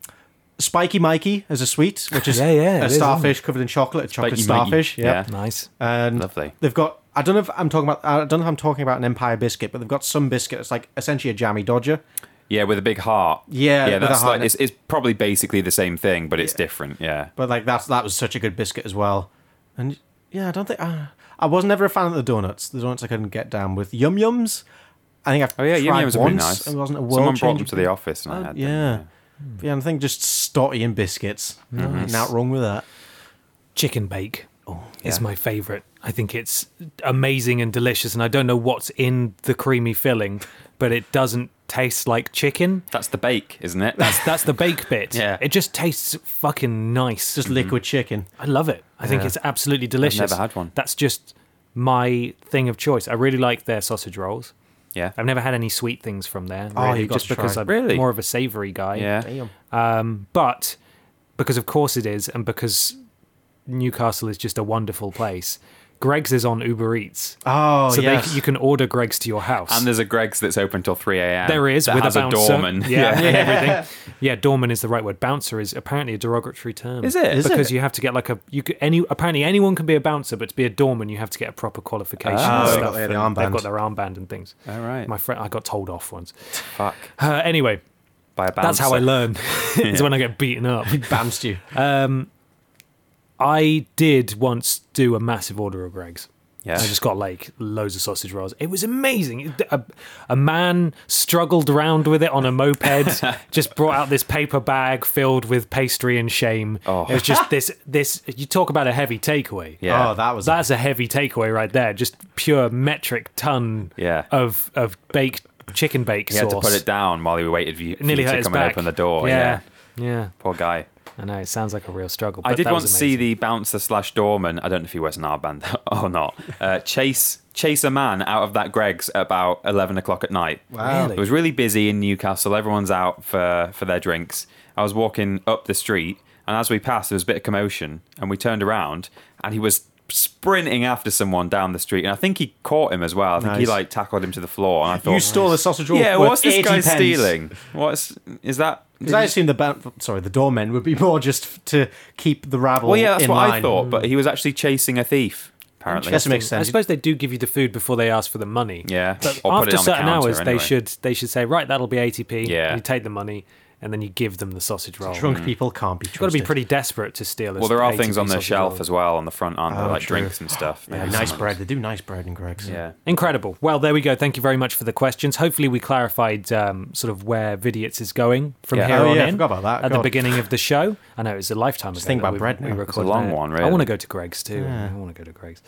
Spiky Mikey as a sweet, which is
Yeah, yeah, it
a
is,
starfish covered in chocolate, a chocolate
Spiky Mikey.
starfish. Yeah.
Nice.
And
Lovely.
They've got. I don't know if I'm talking about. I don't know if I'm talking about an Empire biscuit, but they've got some biscuit. It's like essentially a jammy dodger.
Yeah, with a big heart.
Yeah,
Yeah,
with a
that's
heart
like
in it.
it's, it's probably basically the same thing, but it's different. Yeah.
But like that's that was such a good biscuit as well. And yeah, I don't think I, I was never a fan of the donuts. The donuts I couldn't get down with. Yum yums. I think I've
Oh yeah,
tried
yum yums
once.
are pretty nice.
It wasn't a world
Someone brought
change.
them to the office
Oh,
and I had them.
yeah. But yeah, I think just stotty and biscuits.
Mm-hmm.
Not wrong with that.
chicken bake
Oh,
is my favorite. I think it's amazing and delicious, and I don't know what's in the creamy filling, but it doesn't taste like chicken.
That's the bake, isn't it?
[LAUGHS]
[LAUGHS]
That's that's the bake bit.
Yeah.
it just tastes fucking nice.
Mm-hmm.
Just liquid chicken.
I love it. I think it's absolutely delicious.
never had one.
That's just my thing of choice. I really like their sausage rolls.
yeah.
I've never had any sweet things from there.
Oh,
Really,
you've got
just
to try.
because I'm
Really?
more of a savory guy.
Yeah.
Damn.
but because of course it is, and because Newcastle is just a wonderful place, Greg's is on Uber Eats,
Oh
so
yes.
[LAUGHS]
they, you can order Greg's to your house.
And there's a Greg's that's open till 3 a.m.
there is
that
with
has
a bouncer,
doorman. [LAUGHS]
yeah, [LAUGHS] and everything. Yeah, doorman is the right word. Bouncer is apparently a derogatory term.
Is it? Is
because
it?
you have to get like a you could, any apparently anyone can be a bouncer, but to be a doorman you have to get a proper qualification.
Oh.
and
They've
stuff.
got their
and They've
armband.
got their armband and things.
All right.
My friend, I got told off once.
Fuck.
Uh, anyway,
By a bouncer.
that's how I [LAUGHS] learn. is when I get
[LAUGHS]
beaten up.
bounced you.
I did once do a massive order of Greg's.
Yeah.
I just got like loads of sausage rolls. It was amazing. A, a man struggled round with it on a moped,
[LAUGHS]
just brought out this paper bag filled with pastry and shame.
Oh.
It was just this this you talk about a heavy takeaway.
Yeah.
Oh, that was
That's a heavy takeaway right there. Just pure metric ton
Yeah.
of of baked chicken bake
He had
sauce.
to put it down while he waited for you, for
Nearly
you
hurt
to
his
come
back.
and open the door.
Yeah. yeah.
Poor guy.
I know it sounds like a real struggle.
I
but
did
that was
once see
amazing.
the bouncer slash doorman. I don't know if he wears an armband [LAUGHS] or not. Uh, chase chase a man out of that Greg's at about eleven o'clock at night.
Wow.
Really?
It was really busy in Newcastle. Everyone's out for for their drinks. I was walking up the street, and as we passed, there was a bit of commotion, and we turned around, and he was sprinting after someone down the street, and I think he caught him as well. I think he
Nice.
like tackled him to the floor, and I thought,
You stole a sausage roll.
yeah,
worth
what's this
80
guy
pence.
stealing? What's is that?
Because I assume the ban- sorry the doormen would be more just to keep the rabble.
Well, yeah, that's
in
what I
line.
thought, but he was actually chasing a thief. Apparently,
That makes
I
sense.
suppose they do give you the food before they ask for the money.
Yeah. Or put it
But after
on the
certain
counter
hours, they
anyway.
should they should say, right, that'll be ATP.
Yeah.
You take the money and then you give them the sausage roll.
Drunk
Mm.
people can't be
You've got
trusted.
to be pretty desperate to steal. a
Well, there are
ATP
things on the
sausage
shelf
roll.
as well on the front, aren't there?
Oh,
like
true.
drinks and stuff.
Yeah,
Maybe
nice
someone-
bread. They do nice bread in Greg's.
Yeah.
Incredible. Well, there we go. Thank you very much for the questions. Hopefully, we clarified um, sort of where Vidiot's is going from
Yeah.
here
Oh,
on
yeah, I
in.
forgot about that.
At the
God.
beginning of the show, I know it's a lifetime ago.
think
that
about
we-
bread
we
now. It's a
recorded
long
it.
one,
I want
really.
to go to Greg's too. I want to go to Greg's.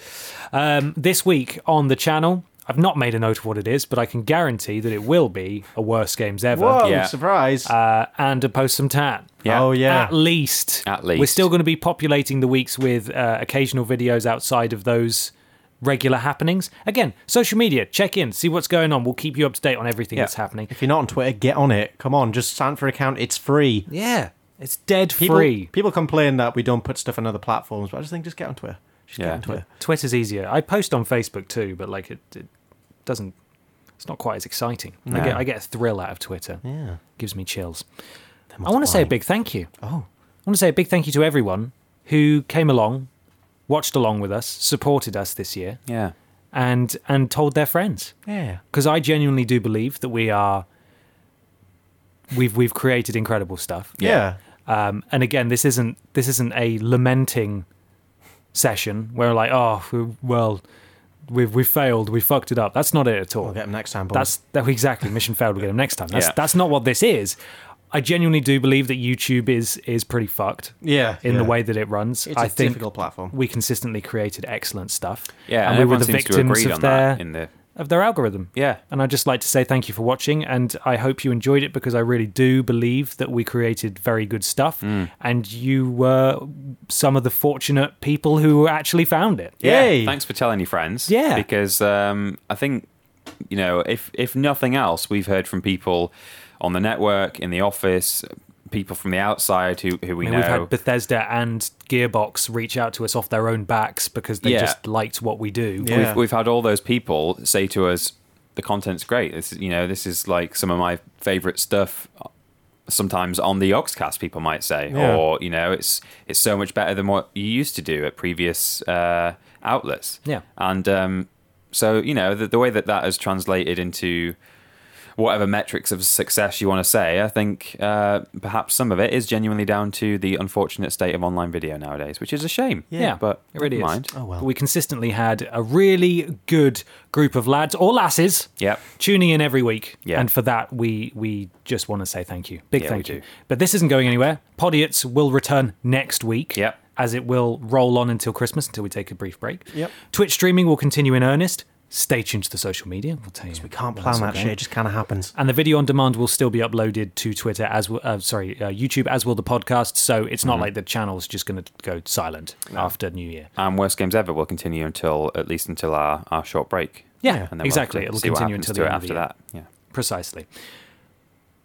Um, this week on the channel, I've not made a note of what it is, but I can guarantee that it will be a worst games ever.
Whoa!
Yeah.
Surprise.
uh, and a post some tan.
Yeah.
Oh yeah.
At least.
At
We're
least.
still going to be populating the weeks with uh, occasional videos outside of those regular happenings. Again, social media, check in, see what's going on. We'll keep you up to date on everything
Yeah.
that's happening.
If you're not on Twitter, get on it. Come on, just sign up for an account. It's free.
Yeah. It's dead
People,
free.
People complain that we don't put stuff on other platforms, but I just think just get on Twitter. Just get
Yeah.
on Twitter.
Twitter's easier. I post on Facebook too, but like it, it doesn't it's not quite as exciting. I get I get a thrill out of Twitter.
Yeah.
Gives me chills. I want to say a
multiplying.
big thank you. Oh. I want to say a big thank you to everyone who came along, watched along with us, supported us this year,
Yeah.
and and told their friends.
Yeah.
Because I genuinely do believe that we are we've we've created incredible stuff.
Yeah.
Um, and again, this isn't this isn't a lamenting session where like, oh, we- well, we've we failed, we fucked it up. That's not it at all.
We'll get them next time. boys.
That's that exactly mission failed. We'll get him next time. That's
Yeah.
that's not what this is. I genuinely do believe that YouTube is is pretty fucked
yeah.
in
yeah.
the way that it runs.
It's
I
a
think
difficult platform.
we consistently created excellent stuff.
Yeah. And,
we
everyone seems to agree on
of their
that in the.
of their algorithm.
Yeah.
And I'd just like to say thank you for watching, and I hope you enjoyed it because I really do believe that we created very good stuff,
Mm.
and you were some of the fortunate people who actually found it.
Yeah.
Yay.
Thanks for telling your friends.
Yeah.
Because um, I think you know, if if nothing else, we've heard from people on the network, in the office, people from the outside who who we
I mean,
know.
we've had Bethesda and Gearbox reach out to us off their own backs because they
Yeah.
just liked what we do.
Yeah.
we've, we've had all those people say to us the content's great this is you know this is like some of my favorite stuff sometimes on the oxcast people might say
Yeah.
or you know it's it's so much better than what you used to do at previous uh outlets
Yeah.
and um so you know the, the way that that has translated into whatever metrics of success you want to say i think uh perhaps some of it is genuinely down to the unfortunate state of online video nowadays which is a shame
Yeah,
but
it really
never mind.
is.
Oh, well.
But we consistently had a really good group of lads or lasses.
Yep.
Tuning in every week.
Yeah.
And for that, we we just want to say thank you. Big
Yeah,
thank
we
you.
do.
But this isn't going anywhere. Podiots will return next week.
Yep.
As it will roll on until Christmas, until we take a brief break.
Yep.
Twitch streaming will continue in earnest. Stay tuned to the social media. We'll tell you.
we can't
when that's
plan that
all
shit.
going.
It just kind of happens.
And the video on demand will still be uploaded to Twitter as w- uh, sorry uh, YouTube as will the podcast. So it's
Mm-hmm.
not like the channel's just going to go silent after New Year.
and worst games ever will continue until at least until our, our short break.
Yeah,
and
exactly.
have to
It'll
see what
continue
happens
until the
to
end of
it
the
after that. Yeah,
Precisely.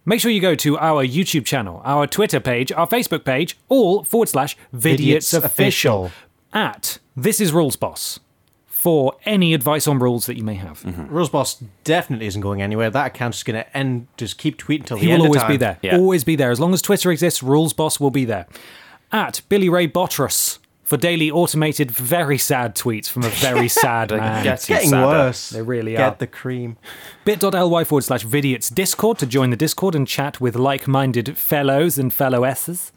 Make sure you go to our YouTube channel, our Twitter page, our Facebook page, all forward slash Vidiots
Vidiots
Official
Official.
at This Is Rules Boss for any advice on rules that you may have.
Hmm.
Rose Boss definitely isn't going anywhere. That account's just going to end. Just keep tweeting till the
He
end
will
of
always
time.
be there.
Yeah.
Always be there. As long as Twitter exists, Rules Boss will be there. At Billy Ray Bottress for daily automated, very sad tweets from a
[LAUGHS]
very sad man.
It's
Getting
getting
sadder.
worse.
They really
Get
are.
the cream.
bit.ly forward slash vidiots discord to join the discord and chat with like-minded fellows and fellowesses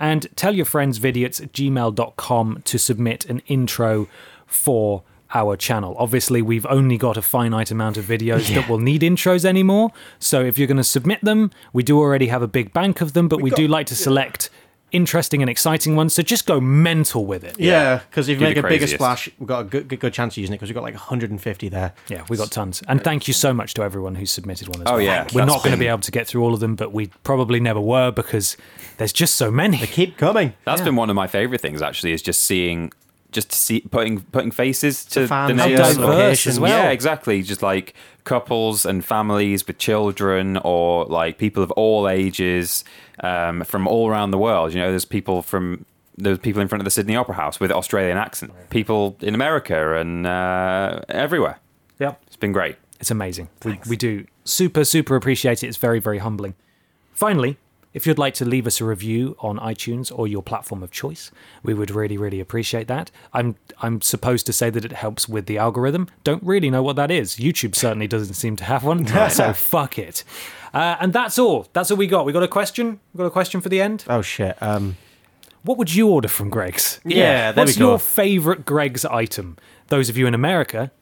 and tell your friends vidiots at gmail.com to submit an intro for our channel obviously we've only got a finite amount of videos that will need intros anymore so if you're going to submit them we do already have a big bank of them but we, do like to select interesting and exciting ones. So just go mental with it.
Yeah, because if you
You're
make
the
a bigger
craziest.
splash, we've got a good, good, good chance of using it because we've got like 150 there.
Yeah, we got tons. And thank you so much to everyone who submitted one as
Oh,
well.
yeah,
We're
that's
not going to
been-
be able to get through all of them, but we probably never were because there's just so many.
Keep coming.
That's been one of my favorite things actually is just seeing just see putting putting faces to
fans,
the names
yeah,
of
diverse
locations.
as well.
Yeah, exactly. Just like couples and families with children or like people of all ages um, from all around the world. You know, there's people from there's people in front of the Sydney Opera House with Australian accent, people in America and uh, everywhere.
Yep.
It's been great.
It's amazing. We, we do super, super appreciate it. It's very, very humbling. Finally, if you'd like to leave us a review on iTunes or your platform of choice, we would really, really appreciate that. I'm I'm supposed to say that it helps with the algorithm. Don't really know what that is. YouTube certainly doesn't seem to
[LAUGHS]
have one, so fuck it. Uh, and that's all. That's all we got. We got a question. We got a question for the end.
Oh shit. Um,
What would you order from Greg's?
yeah, there
What's
we go.
your favorite Greg's item? Those of you in America,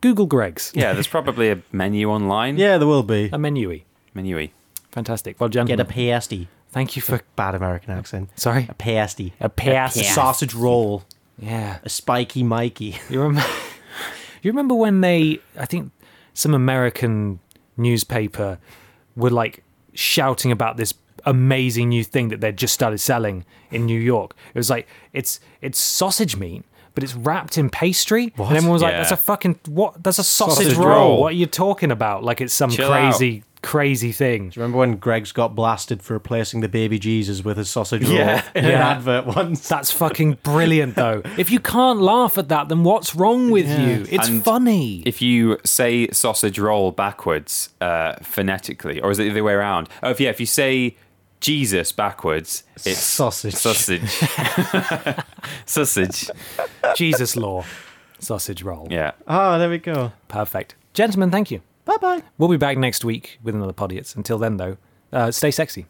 Google Greg's.
Yeah, there's probably a menu online.
yeah, there will be.
A menu.
Menu.
Fantastic. Well,
Get a
gentlemen,
pasty.
thank you for
Bad American accent.
Sorry?
A pasty.
a pass.
A sausage roll.
Yeah.
A spiky Mikey.
You remember, [LAUGHS] you remember when they, I think some American newspaper were like shouting about this amazing new thing that they'd just started selling in New York. It was like, it's, it's sausage meat. But it's wrapped in pastry, and everyone was like,
Yeah.
"That's a fucking what? That's a sausage,
Sausage
roll.
roll.
What are you talking about? Like it's some
Chill
crazy, crazy thing."
Remember when Greg's got blasted for replacing the baby Jesus with a sausage roll
Yeah.
in an
Yeah.
advert once?
That's fucking brilliant, though. If you can't laugh at that, then what's wrong with you? It's
And
funny.
If you say sausage roll backwards uh, phonetically, or is it the other way around? Oh, if, yeah, if you say Jesus backwards, it's
[LAUGHS] Sausage.
Sausage. [LAUGHS] sausage.
Jesus law. Sausage roll.
Yeah.
Oh, there we go.
Perfect. Gentlemen, thank you.
Bye bye.
We'll be back next week with another Podiats. Until then, though, uh, stay sexy.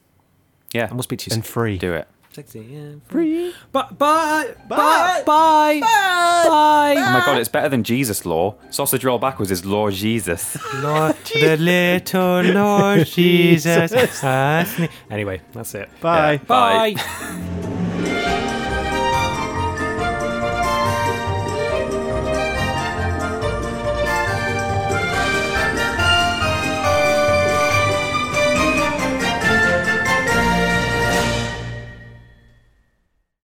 Yeah.
And we'll speak to you soon.
And free.
Do it.
Sexy and free. Bye. Bye. Bye. Bye.
Oh
Bye.
my god, it's better than Jesus law. Sausage roll backwards is law Jesus.
Lord, the little Lord Jesus. anyway, that's it.
Bye.
Bye.
Bye.